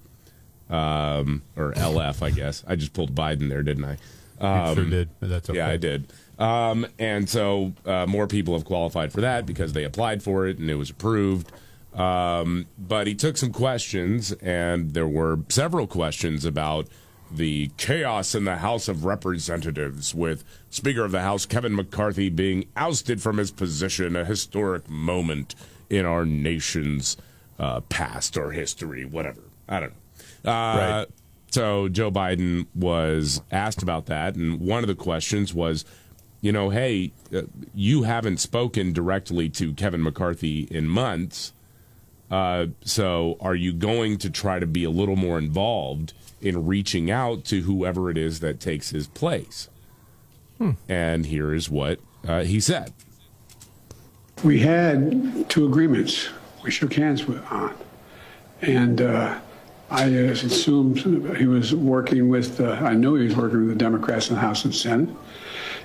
um, or LF, I guess. I just pulled Biden there, didn't I? Um,
You sure did, but that's
Yeah,
okay.
I did. Um, and so uh, more people have qualified for that because they applied for it and it was approved. Um, but he took some questions, and there were several questions about the chaos in the House of Representatives, with Speaker of the House Kevin McCarthy being ousted from his position, a historic moment in our nation's uh, past or history, whatever. I don't know. Uh,
Right.
So Joe Biden was asked about that, and one of the questions was, you know, hey, uh, you haven't spoken directly to Kevin McCarthy in months, uh, so are you going to try to be a little more involved in reaching out to whoever it is that takes his place? And here is what uh, he said.
We had two agreements we shook hands with on, and uh, I uh, assumed he was working with. Uh, I knew he was working with the Democrats in the House and Senate.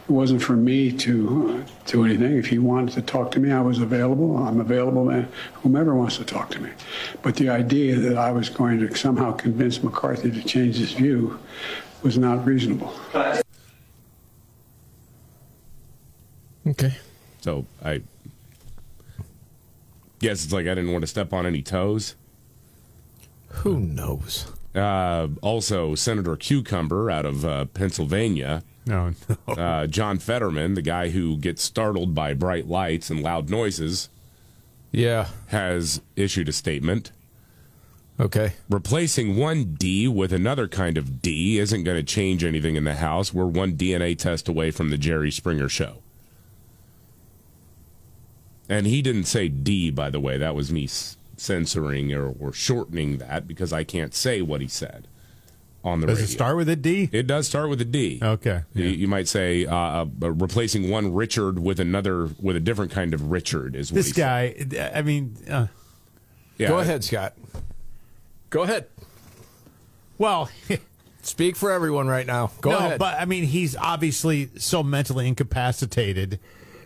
It wasn't for me to uh, do anything. If he wanted to talk to me, I was available. I'm available to whomever wants to talk to me. But the idea that I was going to somehow convince McCarthy to change his view was not reasonable.
Okay.
So I guess it's like I didn't want to step on any toes.
Who knows?
Uh, also, Senator Cucumber out of uh, Pennsylvania.
No, no.
Uh, John Fetterman, the guy who gets startled by bright lights and loud noises,
Yeah.
has issued a statement.
Okay.
Replacing one D with another kind of D isn't going to change anything in the House. We're one DNA test away from the Jerry Springer show. And he didn't say D, by the way. That was me s- censoring or, or shortening that because I can't say what he said on the
Does it
radio.
start with a D?
It does start with a D.
Okay.
You, you might say uh, uh, replacing one Richard with another with a different kind of Richard is what
This
he
guy. I mean, uh,
Yeah.
Go ahead, Scott. Go ahead.
well. (laughs)
Speak for everyone right now. Go
no,
ahead.
but I mean, he's obviously so mentally incapacitated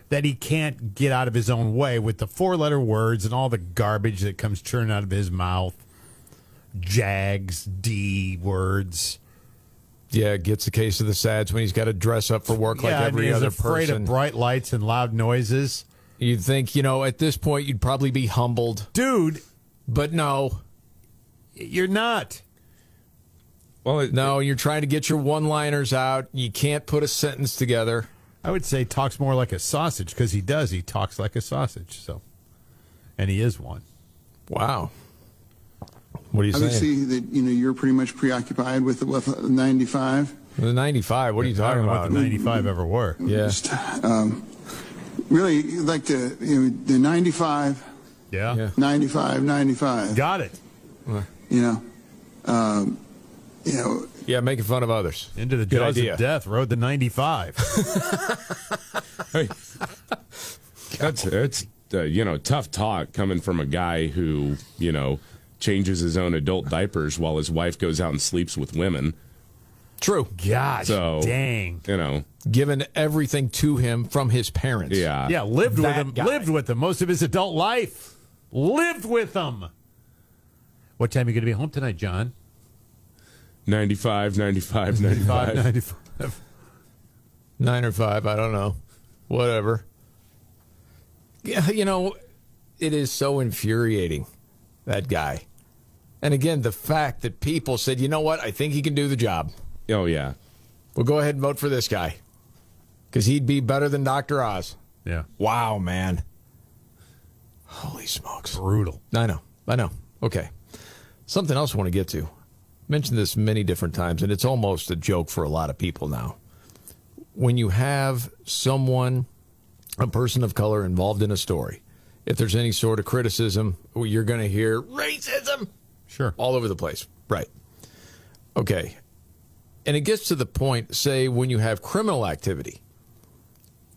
that he can't get out of his own way with the four-letter words and all the garbage that comes churning out of his mouth. Jags, D words.
yeah, gets the case of the sads when he's got to dress up for work like
and
every
he's
other
afraid
person.
of bright lights and loud noises.
You'd think, you know, at this point, you'd probably be humbled.
Dude.
But no.
You're not.
Well,
no, you're trying to get your one liners out. You can't put a sentence together.
I would say talks more like a sausage because he does. He talks like a sausage. So, and he is one.
Wow. What do you
I would
saying?
say that you know you're pretty much preoccupied with the with 95.
The 95. What are you
I
talking
don't know
about?
what the 95 ever were.
Yeah.
Um, really, like the you know, the 95,
Yeah.
95, 95.
Got it.
Uh,
You know, um, you know,
Yeah, making fun of others.
Into the
Good
jaws
idea.
of death, rode the
(laughs)
95.
That's it's uh, you know tough talk coming from a guy who you know changes his own adult diapers while his wife goes out and sleeps with women.
True.
Gosh,
So
dang.
you know
Given everything to him from his parents.
Yeah.
yeah, lived with him. Lived with him most of his adult life. Lived with him. What time are you going to be home tonight, John?
95, 95,
95,
95.
95.
Nine or five, I don't know. Whatever. Yeah, you know, it is so infuriating, that guy. And again, the fact that people said, you know what, I think he can do the job.
Oh, yeah.
We'll go ahead and vote for this guy because he'd be better than Dr. Oz.
Yeah.
Wow, man. Holy smokes.
Brutal. I
know. I know. Okay. Something else I want to get to. Mentioned this many different times, and it's almost a joke for a lot of people now. When you have someone, a person of color, involved in a story, if there's any sort of criticism, you're going to hear racism.
Sure.
All over the place. Right. Okay. And it gets to the point, say, when you have criminal activity,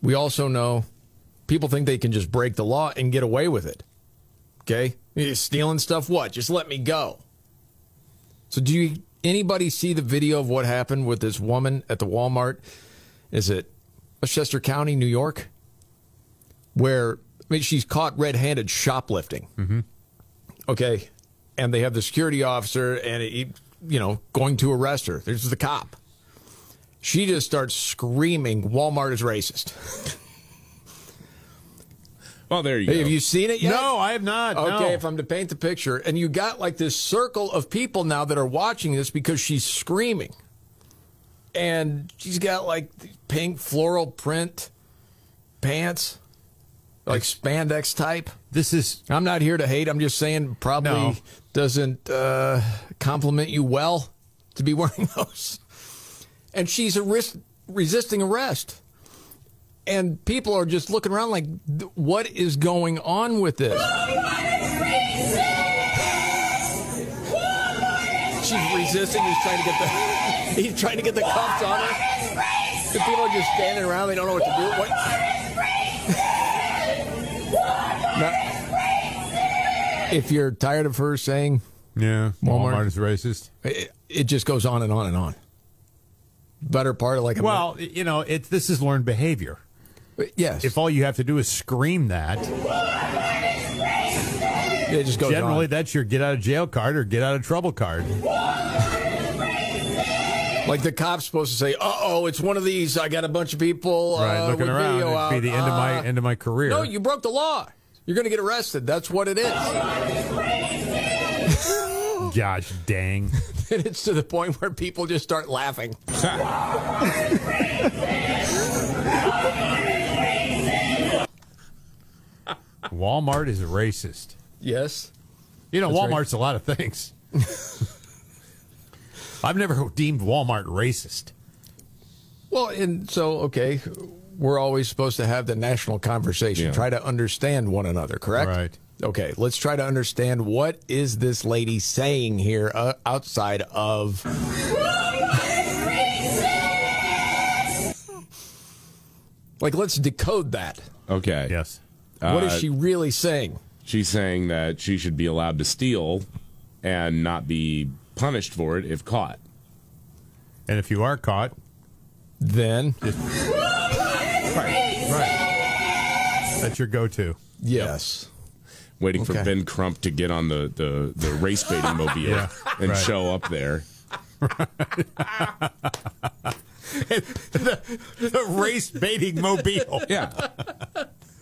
we also know people think they can just break the law and get away with it. Okay? You're stealing stuff, what? Just let me go. So, do you, anybody see the video of what happened with this woman at the Walmart? Is it Westchester County, New York? Where, I mean, she's caught red handed shoplifting
Mm-hmm.
okay and they have the security officer and he, you know going to arrest her there's the cop she just starts screaming walmart
(laughs)
is racist
well there you
Hey,
go
have you seen it yet
No, I have not.
okay
no.
if i'm to paint the picture and you got like this circle of people now that are watching this because she's screaming and she's got like pink floral print pants like spandex type
this is
i'm not here to hate i'm just saying probably
No.
doesn't uh, compliment you well to be (laughs) wearing those and she's arrest, resisting arrest and people are just looking around like what is going on with this she's resisting he's trying to get the (laughs) he's trying to get the cuffs on her the people are just standing around they don't know what to do what Now, if you're tired of her saying
yeah
Walmart-
Walmart is racist.
it, it just goes on and on and on better part of like a
Well, you know, it, this is learned behavior.
Yes.
If all you have to do is scream that,
it just goes
generally
on.
that's your get out of jail card or get out of trouble card.
Like the cop's supposed to say, "Uh oh, it's one of these. I got a bunch of people
Right,
uh,
looking
with
around,
video
it'd
out.
be the end of my
Uh,
end of my career.
No, you broke the law. You're going to get arrested. That's what it is. (laughs)
Gosh dang.
and it's to the point where people just
(laughs)
start laughing.
Walmart is racist.
Yes.
You know,
That's right.
Walmart's a lot of
(laughs)
things. I've never deemed Walmart racist.
Well, and so okay, we're always supposed to have the national conversation,
Yeah.
try to understand one another, correct?
Right.
Okay, let's try to understand what is this lady saying here uh, outside of Like let's decode that.
Okay.
Yes.
What is she really saying?
Uh, She's saying that she should be allowed to steal and not be punished for it if caught.
And if you are caught,
then
that's your go-to.
Yes.
Waiting
Okay.
for Ben Crump to get on the, the, the race
(laughs)
baiting mobile
Yeah,
and
right.
show up there.
the, the (laughs) race baiting mobile.
(laughs) Yeah.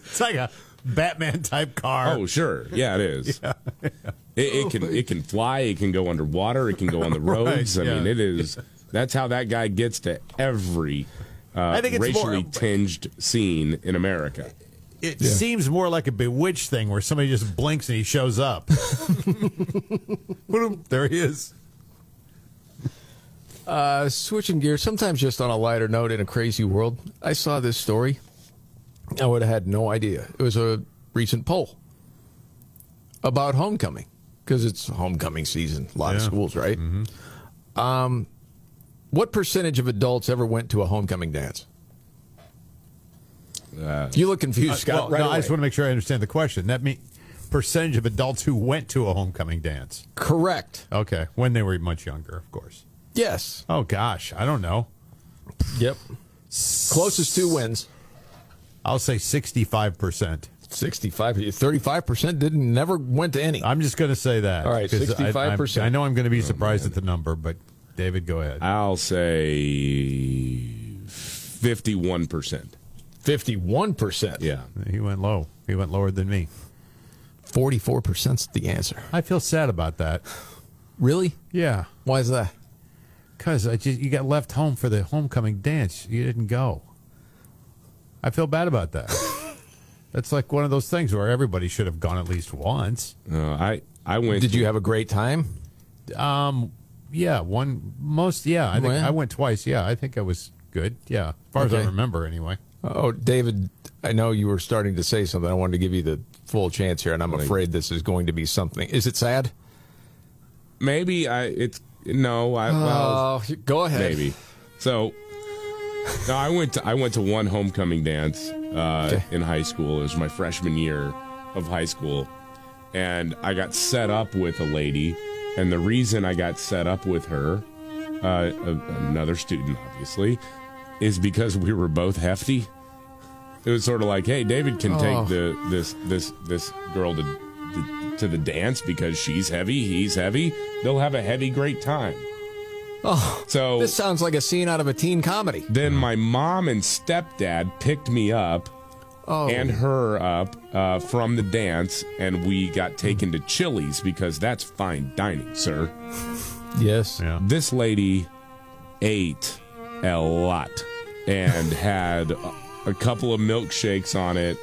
It's like a Batman type car.
Oh, sure. Yeah, it
(laughs)
is. It, it can it can fly. It can go underwater. It can go on the
(laughs) Right,
roads. I mean,
yeah.
it is. That's how that guy gets to every uh,
I think it's more-
racially tinged scene in America.
It seems more like a bewitched thing where somebody just blinks and he
(laughs)
shows up. Boom, there he is.
Uh, switching gears, sometimes just on a lighter note in a crazy world, I saw this story. I would have had no idea. It was a recent poll about homecoming because it's homecoming season, a lot of schools, right?
Mm-hmm.
Um, what percentage of adults ever went to a homecoming dance? you look confused,
Uh,
Scott.
well,
right
no,
away.
I just want to make sure I understand the question. That mean percentage of adults who went to a homecoming dance.
Correct.
Okay, when they were much younger, of course.
Yes.
Oh gosh, I don't know.
Yep. Closest two wins.
I'll say sixty-five percent.
65 35% didn't never went to any.
I'm just going to say that.
All right,
'cause I- I'm-
65%.
I, know I'm going to be surprised at the number, but David, go ahead.
I'll say fifty-one percent.
Fifty-one percent.
Yeah,
he went low. He went lower than me.
44% is the answer.
I feel sad about that.
Really?
Yeah.
Why is that?
Because I just you got left home for the homecoming dance. You didn't go. I feel bad about
(laughs)
that. That's like one of those things where everybody should have gone at least once.
I I went.
Did you have a great time?
Um, yeah, one most. Yeah, I think
Well.
I went twice. Yeah, I think I was good. Yeah, as far as I
Okay.
remember, anyway.
Oh, David, I know you were starting to say something. I wanted to give you the full chance here, and I'm afraid this is going to be something. Is it sad?
Maybe I. It's no. I well.
Oh, go ahead.
Maybe. So. No, I went to I went to one homecoming dance uh, in high school. It was my freshman year of high school, and I got set up with a lady. And the reason I got set up with her, uh, a- another student, obviously, is because we were both hefty. It was sort of like, hey, David can
Oh.
take the this this this girl to, to to the dance because she's heavy, he's heavy. They'll have a heavy great time.
Oh,
so
this sounds like a scene out of a teen comedy.
Then my mom and stepdad picked me up
Oh.
and her up uh, from the dance, and we got taken to Chili's because that's fine dining, sir.
Yes.
This lady ate a lot and had a- a couple of milkshakes on it.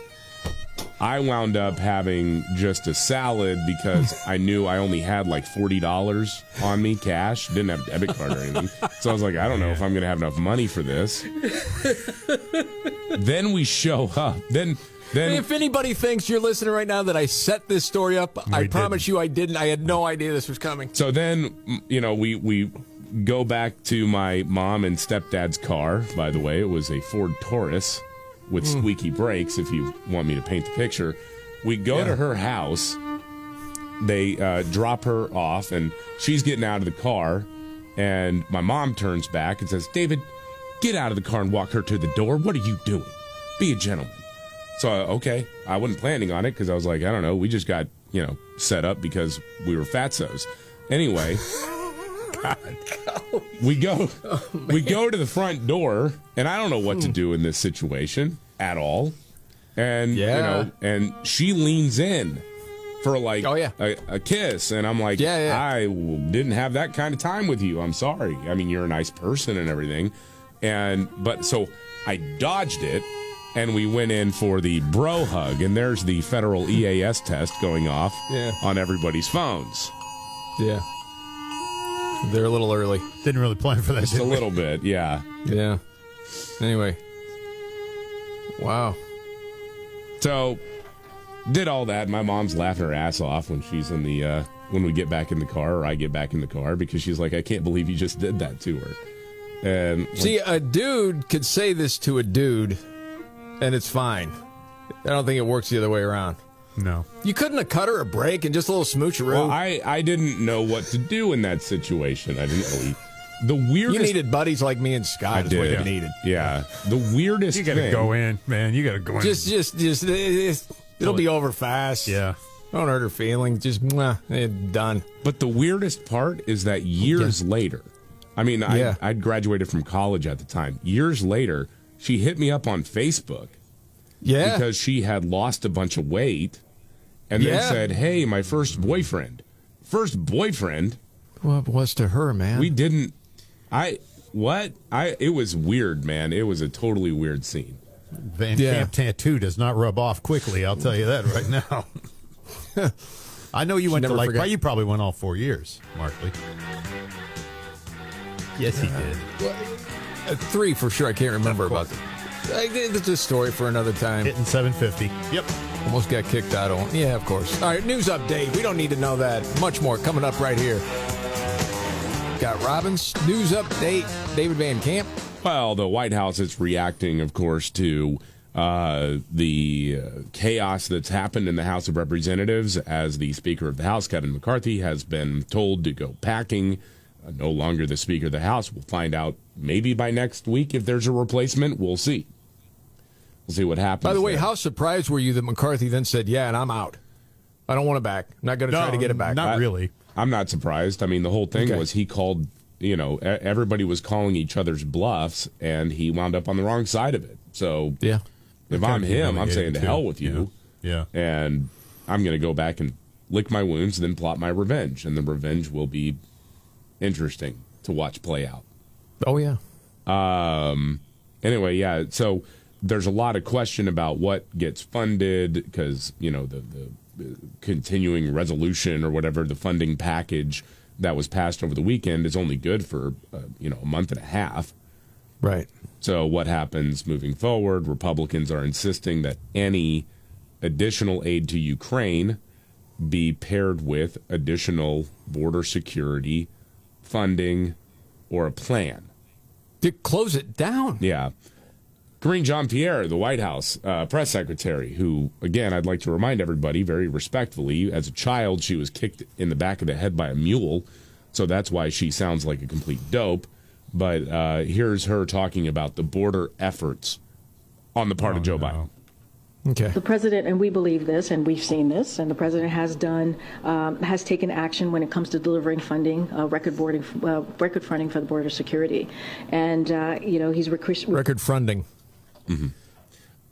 I wound up having just a salad because I knew I only had like forty dollars on me cash. Didn't have a debit card or anything, so I was like, I don't know if I'm gonna have enough money for this. then we show up. Then then
If anybody thinks you're listening right now that I set this story up, I promise you I didn't. I had no idea this was coming.
So then, m- you know, we we go back to my mom and stepdad's car. By the way, it was a Ford Taurus with
Mm.
squeaky brakes. If you want me to paint the picture, we go to her house. They uh, drop her off, and she's getting out of the car. And my mom turns back and says, "David, get out of the car and walk her to the door. What are you doing? Be a gentleman." So uh, okay, I wasn't planning on it because I was like, I don't know, we just got you know set up because we were fatsos. Anyway, we go we go to the front door, and I don't know what to do in this situation at all. And you
Yeah.
know, and she leans in for like oh, yeah. a, a kiss, and I'm like, yeah, yeah. I w- didn't have that kind of time with you. I'm sorry. I mean, you're a nice person and everything, and but so I dodged it, and we went in for the bro hug, and there's the federal EAS test going off
Yeah.
on everybody's phones.
Yeah. They're a little early.
Didn't really
(laughs)
plan for that.
Just a little bit, yeah.
Yeah. Anyway. Wow.
So did all that. My mom's laughing her ass off when she's in the uh, when we get back in the car or I get back in the car because she's like, I can't believe you just did that to her. And
See, a dude could say this to a dude, and it's fine. I don't think it works the other way around.
No.
You couldn't have cut her a break and just a little smoocheroo.
well, I I didn't know what to do in that situation. I didn't really. The weirdest.
you needed buddies like me and Scott.
I
is what
did.
you needed.
Yeah. The weirdest.
You got to
thing-
go in, man. You got to go in.
Just, just, just. It, it'll be over fast.
yeah.
Don't hurt her feelings. Just mwah, eh, done.
But the weirdest part is that years later, I mean, I,
Yeah.
I'd graduated from college at the time. Years later, she hit me up on Facebook
Yeah.
Because she had lost a bunch of weight and then
Yeah.
said, Hey, my first boyfriend. First boyfriend?
What was to her, man?
We didn't I what? I it was weird, man. It was a totally weird scene.
Van Camp tattoo does not rub off quickly. I'll tell you that right now. (laughs) I know you
She
went to
never
like
forgot.
you probably went all four years, Markley. Yes, he did.
Uh, three for sure. I can't remember about that. I think That's a story for another time.
Hitting 750. Yep.
Almost got kicked out on. Yeah, of course. All right, news update. We don't need to know that. Much more coming up right here. Got Robbins. News update. David Van Camp.
Well, the White House is reacting, of course, to uh, the uh, chaos that's happened in the House of Representatives as the Speaker of the House, Kevin McCarthy, has been told to go packing. Uh, no longer the Speaker of the House. We'll find out maybe by next week if there's a replacement. We'll see. We'll see what happens.
By the way,
there.
how surprised were you that McCarthy then said, "Yeah, and I'm out. I don't want it back. I'm not going to try to get it back."
I- I'm not surprised. I mean, the whole thing
Okay.
was he called, you know, e- everybody was calling each other's bluffs, and he wound up on the wrong side of it. So,
yeah,
if
Kinda
I'm him, I'm
humiliating,
saying to
too.
hell with you.
Yeah.
And I'm going to go back and lick my wounds and then plot my revenge. And the revenge will be interesting to watch play out.
Oh yeah.
Um. Anyway, yeah. So there's a lot of question about what gets funded because you know the the uh, continuing resolution or whatever the funding package that was passed over the weekend is only good for uh, you know a month and a half.
Right.
So what happens moving forward? Republicans are insisting that any additional aid to Ukraine be paired with additional border security funding or a plan
to close it down.
Yeah. Karine Jean Pierre, the White House uh, press secretary, who, again, I'd like to remind everybody very respectfully, as a child, she was kicked in the back of the head by a mule. So that's why she sounds like a complete dope. But uh, here's her talking about the border efforts on the
Oh,
part of Joe Biden.
Okay.
The president, and we believe this, and we've seen this, and the president has done, um, has taken action when it comes to delivering funding, uh, record boarding, uh, record funding for the border security, and uh, you know he's recre-
Record funding.
Mm-hmm.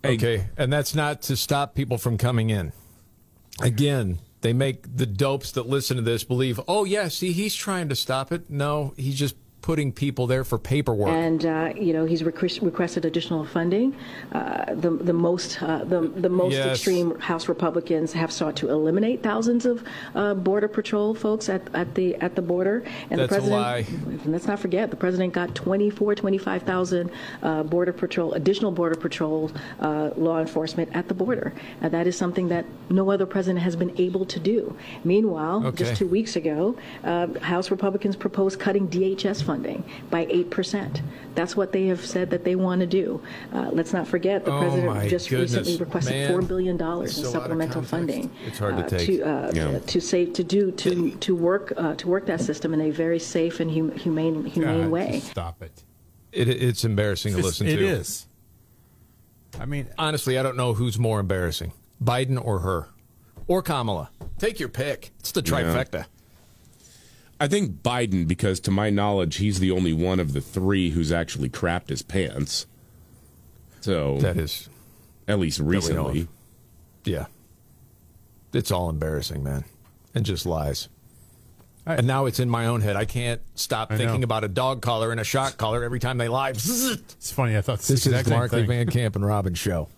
Okay, and that's not to stop people from coming in. Again, they make the dopes that listen to this believe, oh, yeah, see, he's trying to stop it. No, he's just putting people there for paperwork.
And uh, you know he's request- requested additional funding. Uh, the the most uh, the the most
Yes.
extreme House Republicans have sought to eliminate thousands of uh, border patrol folks at, at the at the border. And
That's a
the president,
lie.
And let's not forget the president got 24, 25,000 uh, border patrol additional border patrol uh, law enforcement at the border. And that is something that no other president has been able to do. Meanwhile,
Okay.
just two weeks ago, uh, House Republicans proposed cutting DHS funding by 8%. That's what they have said that they want to do. Uh, let's not forget the
Oh my
president just recently
goodness,
requested
man.
$4 billion in
It's so out of
supplemental funding
It's hard to
uh,
take.
to, uh,
Yeah.
to save to do to to work uh, to work that system in a very safe and hum- humane humane
God,
way.
Stop it.
It, it's embarrassing to listen
It
to.
is. I mean,
honestly, I don't know who's more embarrassing Biden or her or Kamala. Take your pick. It's the trifecta.
I think Biden, because to my knowledge, he's the only one of the three who's actually crapped his pants. So
That is,
at least
we know of.
recently.
Yeah. It's all embarrassing, man. And just lies. and now it's in my own head. I can't stop
I
thinking
know.
about a dog collar and a shot collar every time they lie. this
(laughs) It's funny. I thought this,
is Markley Van Camp and Robin show.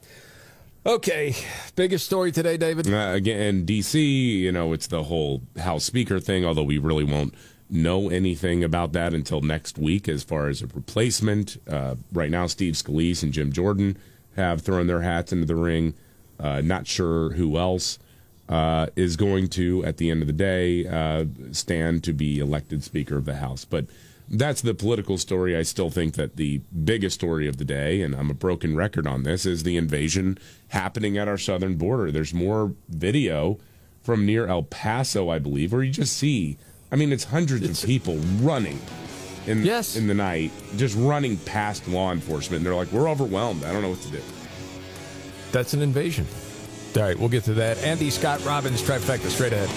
Okay. Biggest story today, David?
Uh, again, in DC, you know, it's the whole House Speaker thing, although we really won't know anything about that until next week as far as a replacement. Uh, right now, Steve Scalise and Jim Jordan have thrown their hats into the ring. Uh, not sure who else uh, is going to, at the end of the day, uh, stand to be elected Speaker of the House. But that's the political story. I still think that the biggest story of the day, and I'm a broken record on this, is the invasion happening at our southern border. There's more video from near El Paso, I believe, where you just see. I mean, it's hundreds of people running in in the night, just running past law enforcement. And they're like, "We're overwhelmed. I don't know what to do."
That's an invasion. All right, we'll get to that. And the Scott Robbins trifecta straight ahead.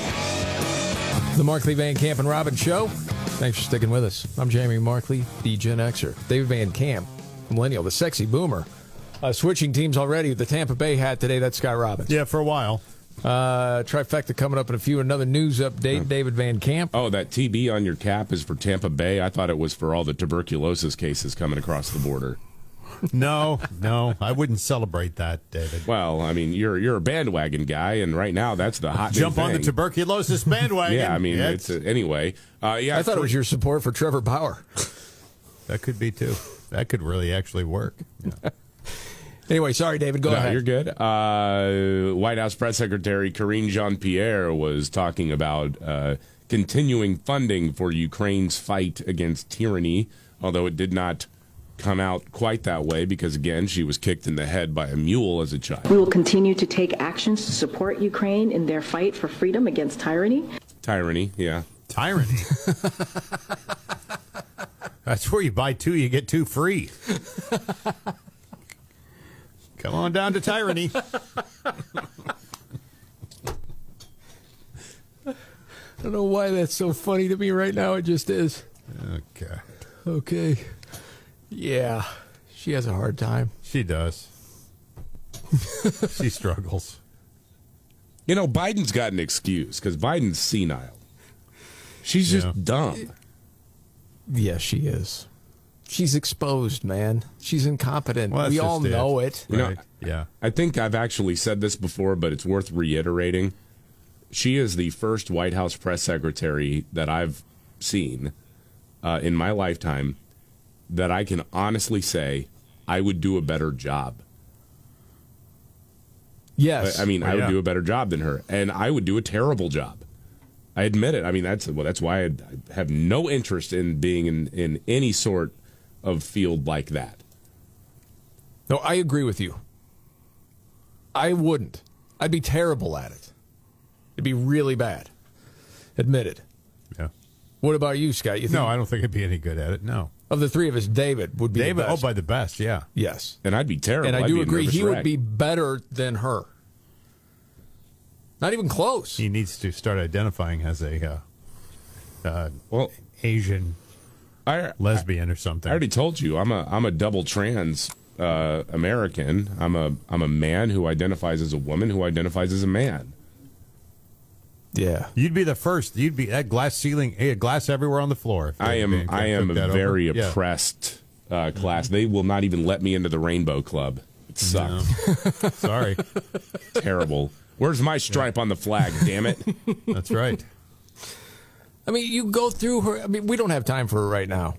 The Markley Van Camp and Robbins show. Thanks for sticking with us. I'm Jamie Markley, the Gen Xer. David Van Camp, millennial, the sexy boomer. Uh, switching teams already with the Tampa Bay hat today. That's Scott Robbins.
Yeah, for a while.
Uh, trifecta coming up in a few. Another news update. David Van Camp.
Oh, that TB on your cap is for Tampa Bay. I thought it was for all the tuberculosis cases coming across the border.
(laughs) No, no, I wouldn't celebrate that, David.
Well, I mean, you're you're a bandwagon guy, and right now that's the hot new
Jump on the
thing.
(laughs) tuberculosis bandwagon.
Yeah, I mean,
Yeah,
it's, anyway. Uh, yeah,
I thought it was your support for Trevor Bauer.
that could be too. That could really actually work.
Anyway, sorry, David. Go
No,
ahead.
You're good. Uh, White House Press Secretary Karine Jean Pierre was talking about uh, continuing funding for Ukraine's fight against tyranny, although it did not come out quite that way because, again, she was kicked in the head by a mule as a child.
We will continue to take actions to support Ukraine in their fight for freedom against tyranny.
Tyranny, yeah.
Tyranny. That's where you buy two, you get two free. Come on down to tyranny.
I don't know why that's so funny to me right now. It just is.
Okay.
Okay. Yeah. She has a hard time.
She does. she struggles.
You know, Biden's got an excuse because Biden's senile. She's just dumb.
Yeah, she is. She's exposed, man. She's incompetent.
Well, that's
we all
just
know it.
You know, I think I've actually said this before, but it's worth reiterating. She is the first White House press secretary that I've seen uh, in my lifetime that I can honestly say I would do a better job.
Yes.
I, I mean, I
Well,
would
yeah.
do a better job than her, and I would do a terrible job. I admit it. I mean, that's well, that's why I I have no interest in being in, in any sort of field like that.
No, I agree with you. I wouldn't. I'd be terrible at it. It'd be really bad. Admitted.
Yeah.
What about you, Scott? You think
No, I don't think I'd be any good at it. No.
of the three of us, David would be the
David, oh,
best.
by the best, yeah.
Yes.
And I'd be terrible.
and I
I'd
do
be a
agree
nervous
he
wreck.
would be better
(laughs)
than her. Not even close.
He needs to start identifying as a uh, uh,
well
Asian lesbian or something.
I already told you I'm a I'm a double trans uh, American. I'm a I'm a man who identifies as a woman who identifies as a man.
Yeah,
you'd be the first. You'd be that glass ceiling, eh, glass everywhere on the floor. if
I
they-
am
they- they
I am a
took that over.
very
Yeah.
oppressed uh, class. They will not even let me into the Rainbow Club. It sucks.
(laughs) Sorry.
Terrible. Where's my stripe on the flag? Damn it.
That's right.
I mean, you go through her. I mean, we don't have time for her right now.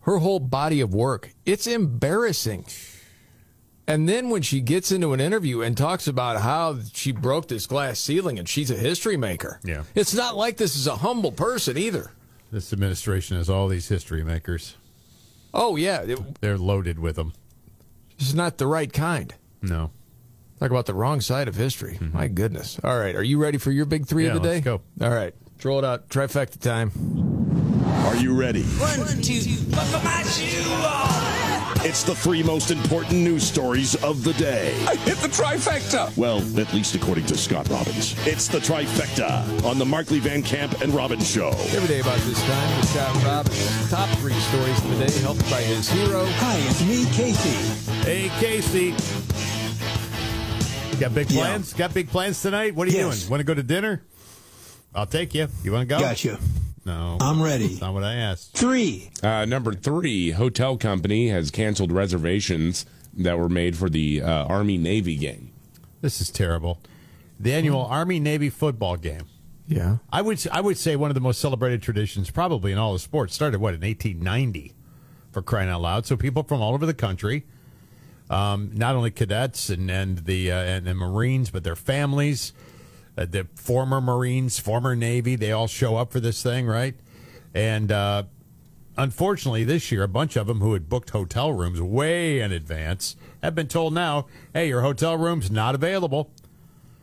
Her whole body of work, it's embarrassing. And then when she gets into an interview and talks about how she broke this glass ceiling and she's a history maker.
Yeah.
It's not like this is a humble person either.
This administration has all these history makers.
Oh, yeah. it-
They're loaded with them.
She's not the right kind.
No. Mm-hmm.
Talk about the wrong side of history. My goodness. All right. Are you ready for your big three
Yeah,
of the
let's
day?
go.
All right. Roll it out. Trifecta time. Are you ready?
One, two, but for my shoe off.
It's the three most important news stories of the day. I hit the trifecta. Well, at least according to Scott Robbins. It's the trifecta on the Markley Van Camp and Robbins show.
Every day about this time, with Scott Robbins. Top three stories of the day, helped by his hero. Hi, it's me, Casey.
Hey, Casey. Got big
Yeah.
plans? Got big plans tonight? What are you
Yes.
doing? Want to go to dinner? I'll take you. You want to go?
Gotcha.
No.
I'm ready.
That's not what I asked.
Three.
Uh, number three, hotel company has canceled reservations that were made for the uh, Army Navy game.
This is terrible. The annual Army Navy football game.
Yeah.
I would I would say one of the most celebrated traditions probably in all of sports started what in 1890 for crying out loud. So people from all over the country, um, not only cadets and and the uh, and the Marines, but their families, uh, the former Marines, former Navy, they all show up for this thing, right? And uh, unfortunately, this year, a bunch of them who had booked hotel rooms way in advance have been told now, "Hey, your hotel room's not available."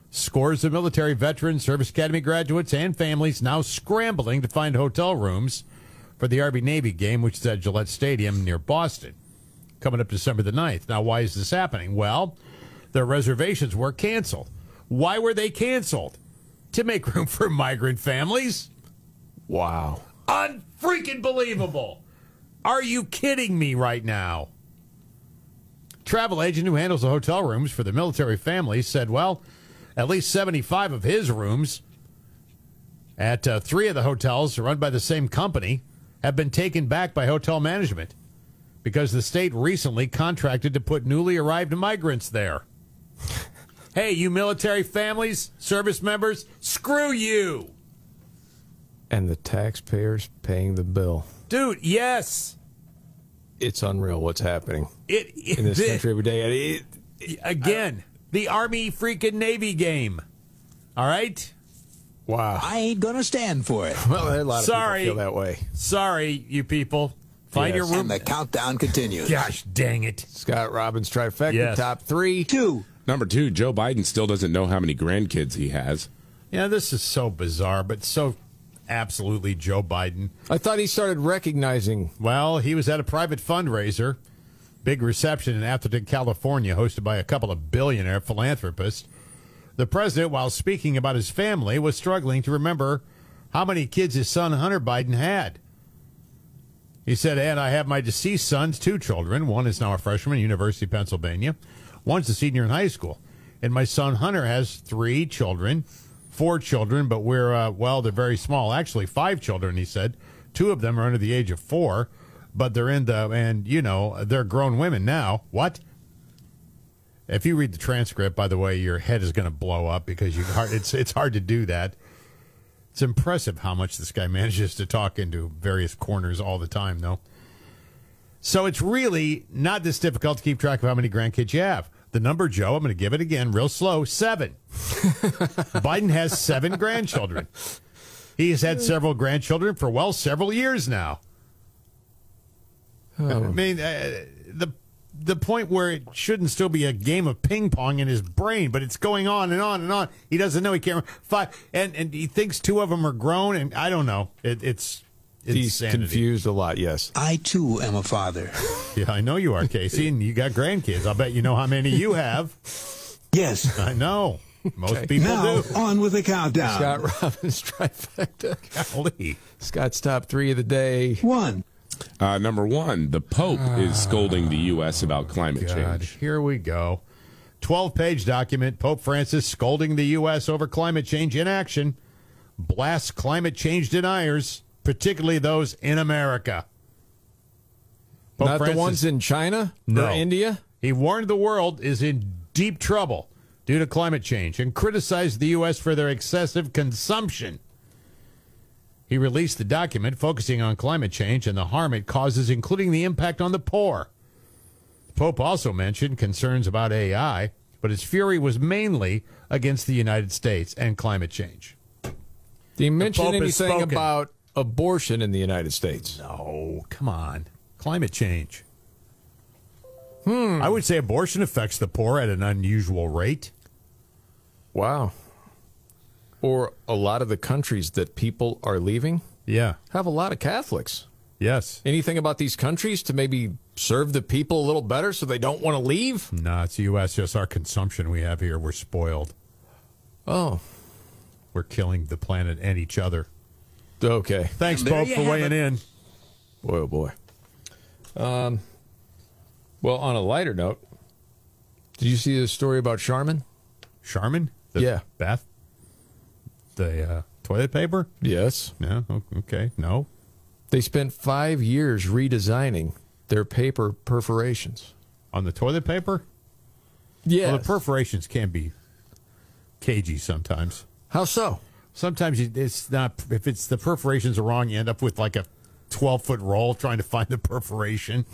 Scores of military veterans, service academy graduates, and families now scrambling to find hotel rooms for the Army Navy game, which is at Gillette Stadium near Boston, coming up December the 9th. Now, why is this happening? Well, their reservations were canceled. Why were they canceled? To make room for migrant families?
Wow.
Unfreaking believable. Are you kidding me right now? travel agent who handles the hotel rooms for the military families said, well, at least 75 of his rooms at uh, three of the hotels run by the same company have been taken back by hotel management because the state recently contracted to put newly arrived migrants there. hey, you military families, service members, screw you.
And the taxpayers paying the bill.
Dude, yes.
It's unreal what's happening
It, it
in this
thi-
country every day. And it-
again, the Army freaking Navy game. All right?
Wow.
I ain't going to stand for it.
(laughs) Well, a lot of people
Sorry.
feel that way.
Sorry, you people. Find
Yes.
your room.
And the
countdown continues. Gosh dang it.
Scott Robbins trifecta,
Yes.
top three.
Two. Number two, Joe Biden still doesn't know how many grandkids he has.
Yeah, this is so bizarre, but so absolutely Joe Biden.
I thought he started recognizing.
Well, he was at a private fundraiser, big reception in Atherton, California, hosted by a couple of billionaire philanthropists. The president, while speaking about his family, was struggling to remember how many kids his son Hunter Biden had. He said, and I have my deceased son's two children. One is now a freshman at University of Pennsylvania. One's a senior in high school. And my son Hunter has three children, four children, but we're, uh, well, they're very small. Actually, five children, he said. Two of them are under the age of four, but they're in the, and, you know, they're grown women now. What? If you read the transcript, by the way, your head is going to blow up because you hard, it's, it's hard to do that. It's impressive how much this guy (laughs) manages to talk into various corners all the time, though. So it's really not this difficult to keep track of how many grandkids you have. The number, Joe, I'm going to give it again real slow seven. Biden has seven grandchildren. He has had several grandchildren for, well, several years now.
Oh.
I mean, uh, the the point where it shouldn't still be a game of ping pong in his brain, but it's going on and on and on. He doesn't know he can't remember. five, and and he thinks two of them are grown, and I don't know. It, it's
He's
insanity.
confused a lot, yes.
I too am a father. (laughs) Yeah, I know you are, Casey, and you got grandkids. I'll bet you know how many you have. Yes, I know. Most
Okay.
people
Now,
do.
on
with the
Scott (laughs) Robbins trifecta. Scott's top three of the day.
One. Uh, number one, the Pope is scolding the U.S. about climate
God,
change.
here we go. 12 page document Pope Francis scolding the U.S. over climate change inaction, blasts climate change deniers, particularly those in America. Pope
Not
Francis-
the ones in China
No.
or India?
He warned the world is in deep trouble due to climate change and criticized the U.S. for their excessive consumption. He released the document focusing on climate change and the harm it causes, including the impact on the poor. The Pope also mentioned concerns about AI, but his fury was mainly against the United States and climate change.
Did he mention
Pope has
anything
spoken.
about abortion in the United States?
No, come on. Climate change.
Hmm.
I would say abortion affects the poor at an unusual rate.
Wow. Or a lot of the countries that people are leaving
Yeah.
have a lot of Catholics.
Yes.
Anything about these countries to maybe serve the people a little better so they don't want to leave?
No, it's the U.S. Just our consumption we have here. We're spoiled.
Oh.
We're killing the planet and each other.
Okay.
Thanks,
There
Pope,
you
for
have
weighing
it.
in.
Boy, oh boy. Um, well, on a lighter note, did you see the story about Charmin?
Charmin? The
yeah.
Bath? The uh, toilet paper?
Yes.
Yeah. o- Okay. No.
They spent five years redesigning their paper perforations.
On the toilet paper?
Yeah.
Well, the perforations can be cagey sometimes.
How so?
Sometimes you- it's not, if it's the perforations are wrong, you end up with like a 12 foot roll trying to find the perforation.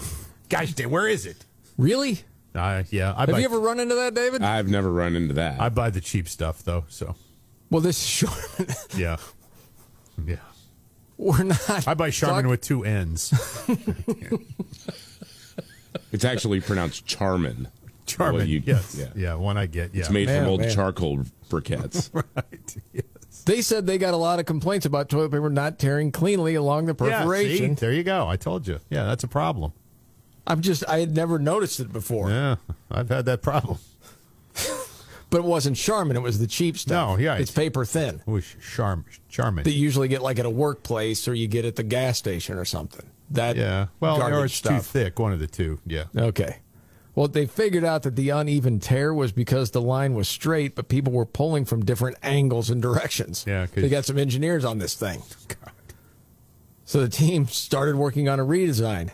Gosh, damn, where is it?
Really?
Uh, yeah. I
Have
buy-
you ever run into that, David?
I've never run into that.
I buy the cheap stuff though, so
well, this is (laughs) Charmin.
yeah, (laughs) yeah.
We're
(laughs)
not.
I buy Charmin
talk-
with two N's.
It's actually pronounced Charmin.
Charmin,
Well, you-
yes, yeah.
yeah.
one I get.
(laughs)
Yeah,
It's made
Man,
from old
man.
charcoal briquettes.
They said they got a lot of complaints about toilet paper not tearing cleanly along the
(laughs) Yeah, see?
perforation.
there you go. I told you. Yeah, that's a problem.
I'm just, I had never noticed it before.
Yeah, I've had that problem.
But it wasn't Charmin, it was the cheap
No,
stuff.
yeah,
It's
it's-
paper thin
It was Charm Charmin.
that you usually get like at a workplace or you get at the gas station or something. That
yeah, well, or
garbage
it's too
stuff.
thick. One of the two. Yeah,
Okay. Well, they figured out that the uneven tear was because the line was straight, but people were pulling from different angles and directions. Yeah, they got some engineers on this thing. So the team started working on a redesign,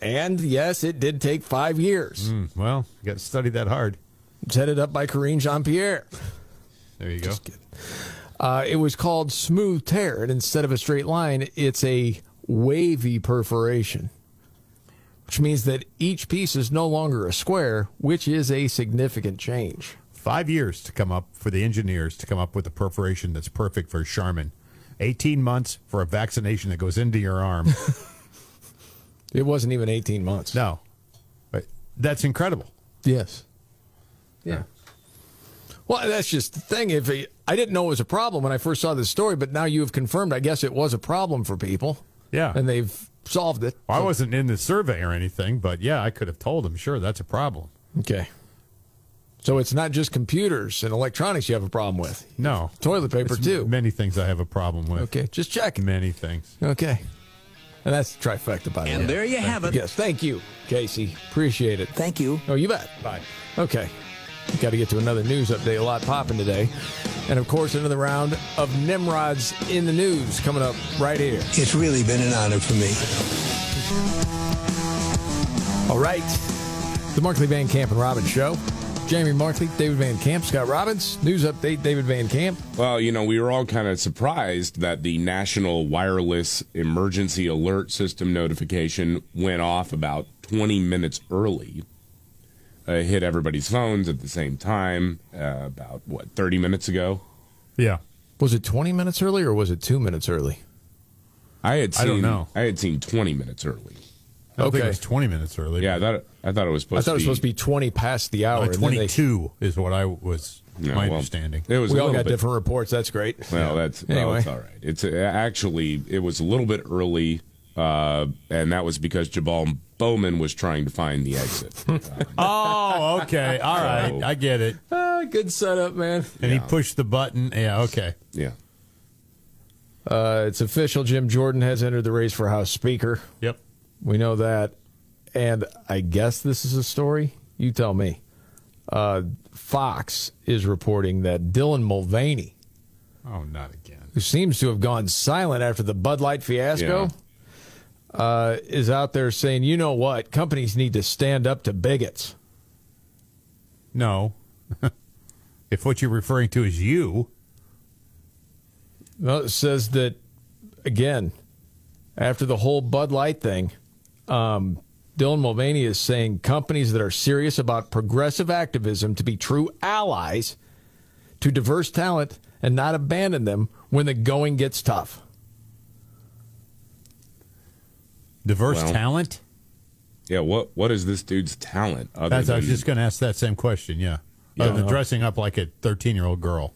and yes, it did take five years. Hmm, well, you got to study that hard. It's headed up by Corinne Jean Pierre.
There you go.
Uh, it was called smooth tear, and instead of a straight line, it's a wavy perforation, which means that each piece is no longer a square, which is a significant change.
Five years to come up for the engineers to come up with a perforation that's perfect for Charmin. 18 months for a vaccination that goes into your arm.
(laughs) it wasn't even 18 months.
No. But that's incredible.
Yes. Yeah. Well, that's just the thing. If it, I didn't know it was a problem when I first saw this story, but now you have confirmed. I guess it was a problem for people.
Yeah.
and they've solved it.
I wasn't in the survey or anything, but yeah, I could have told them, sure, that's a problem.
Okay. So it's not just computers and electronics you have a problem with.
No.
Toilet paper,
It's
too.
Many things I have a problem with.
Okay, just check.
Many things.
Okay. And that's the trifecta, by the way.
And there you have it.
Yes, thank you, Casey. Appreciate it. Thank you. Oh, you bet. Bye. Okay. Got to get to another news update. A lot popping today. And of course, another round of Nimrods in the news coming up right here.
It's really been an honor for me.
All right. The Markley Van Camp and Robbins Show. Jamie Markley, David Van Camp, Scott Robbins. News update, David Van Camp.
Well, you know, we were all kind of surprised that the National Wireless Emergency Alert System notification went off about 20 minutes early. Uh, it hit everybody's phones at the same time, uh, about what, 30 minutes ago?
Yeah.
Was it 20 minutes early or was it two minutes early?
I had seen,
I don't know.
I had seen 20 minutes early.
I don't think it Okay. was
20 minutes early.
Yeah, I thought, I thought it was
I
supposed
thought it was
to be.
supposed to be 20 past the hour.
Uh,
and then they-
22 is what I was,
Yeah,
my
well,
understanding.
it was
we
a
all
little
got
bit-
different reports. That's great.
Well, that's well,
Anyway.
that's all right. It's uh, actually it was a little bit early, uh, and that was because Jabal Bowman was trying to find the
(laughs)
exit.
oh, okay. All right.
So-
I get it.
Ah, good setup, man.
And he pushed the button. Yeah, okay.
Yeah.
Uh, it's official. Jim Jordan has entered the race for House Speaker.
Yep.
We know that. And I guess this is a story. You tell me. Uh, Fox is reporting that Dylan Mulvaney,
Oh, not again.
who seems to have gone silent after the Bud Light fiasco, uh, is out there saying, you know what? Companies need to stand up to bigots.
No. (laughs) if what you're referring to is you,
Well, it says that again after the whole Bud Light thing. Um, Dylan Mulvaney is saying companies that are serious about progressive activism to be true allies to diverse talent and not abandon them when the going gets tough.
diverse
Well,
talent.
Yeah. What what is this dude's talent? Other
That's, I
than,
was just going to ask that same question. Yeah.
Yeah.
Other than dressing up like a 13 year old girl.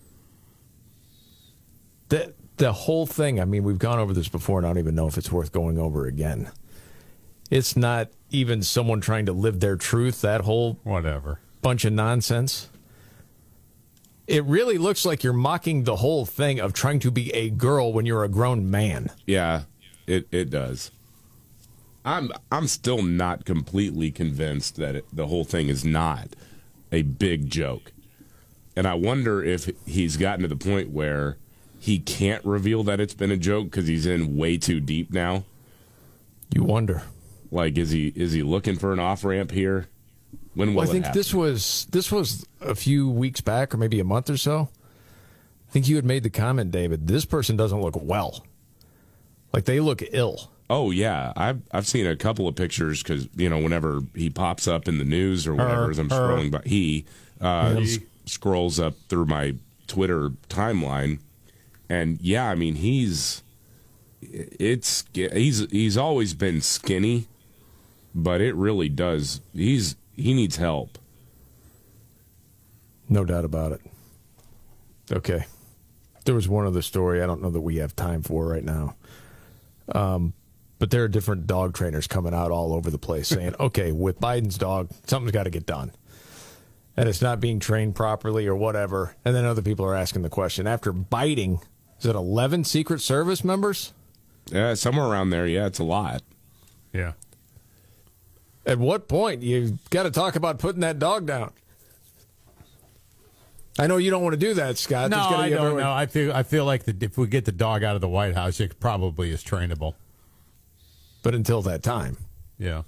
the the whole thing i mean we've gone over this before and i don't even know if it's worth going over again it's not even someone trying to live their truth that whole
whatever
bunch of nonsense it really looks like you're mocking the whole thing of trying to be a girl when you're a grown man
yeah, it it does. I'm I'm still not completely convinced that it, the whole thing is not a big joke, and I wonder if he's gotten to the point where he can't reveal that it's been a joke because he's in way too deep now.
you wonder
Like, is he is he looking for an off ramp here? When will
well, i
it
think
happen?
this was this was a few weeks back or maybe a month or so i think you had made the comment david this person doesn't look well like they look ill
Oh yeah, I've I've seen a couple of pictures because you know whenever he pops up in the news or whatever,
Her,
as I'm
her.
scrolling by, he uh,
Him.
s- scrolls up through my Twitter timeline, and yeah, I mean he's it's he's he's always been skinny, but it really does he's he needs help.
No doubt about it. Okay. There was one other story I don't know that we have time for right now. Um, but there are different dog trainers coming out all over the place saying, (laughs) okay, with Biden's dog, something's got to get done. And it's not being trained properly or whatever. And then other people are asking the question after biting, is it 11 Secret Service members?
Yeah, somewhere around there. Yeah, it's a lot.
Yeah.
At what point you got to talk about putting that dog down? I know you don't want to do that, Scott.
no,
There's gotta
I
be
don't
everyone-
know. I feel I feel like the, if we get the dog out of the White House, it probably is trainable.
But until that time,
yeah,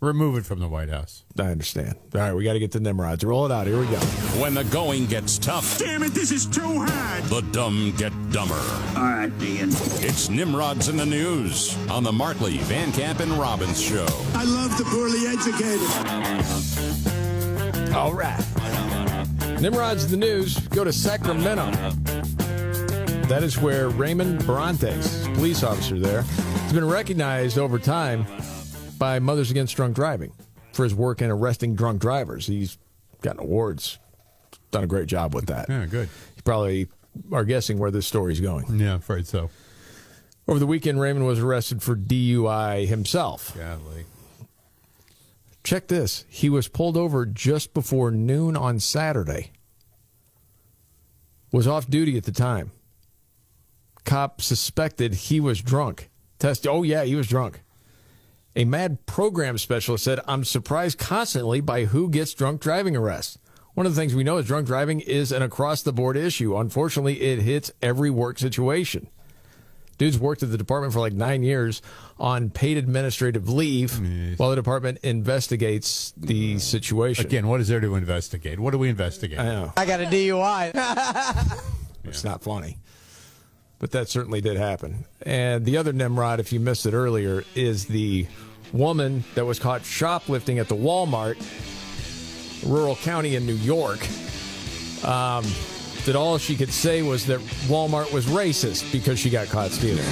remove it from the White House.
I understand. All right, we got to get to Nimrods. Roll it out. Here we go.
When the going gets tough. Damn it, this is too hard. The dumb get dumber. All right, Dean. It's Nimrods in the News on the Martley, Van Camp, and Robbins Show.
I love the poorly educated.
All right. Nimrod's the news. Go to Sacramento. That is where Raymond Barantes, police officer there, has been recognized over time by Mothers Against Drunk Driving for his work in arresting drunk drivers. He's gotten awards. Done a great job with that.
Yeah, good.
You probably are guessing where this story's going.
Yeah, I'm afraid so.
Over the weekend, Raymond was arrested for DUI himself.
Golly.
Check this. He was pulled over just before noon on Saturday. Was off duty at the time. Cop suspected he was drunk. Test Oh yeah, he was drunk. A mad program specialist said, "I'm surprised constantly by who gets drunk driving arrests." One of the things we know is drunk driving is an across-the-board issue. Unfortunately, it hits every work situation. Dude's worked at the department for like nine years on paid administrative leave while the department investigates the situation.
Again, what is there to investigate? What do we investigate?
I know.
I got a DUI.
It's not funny. But that certainly did happen. And the other Nimrod, if you missed it earlier, is the woman that was caught shoplifting at the Walmart, rural county in New York. Um, that all she could say was that Walmart was racist because she got caught stealing.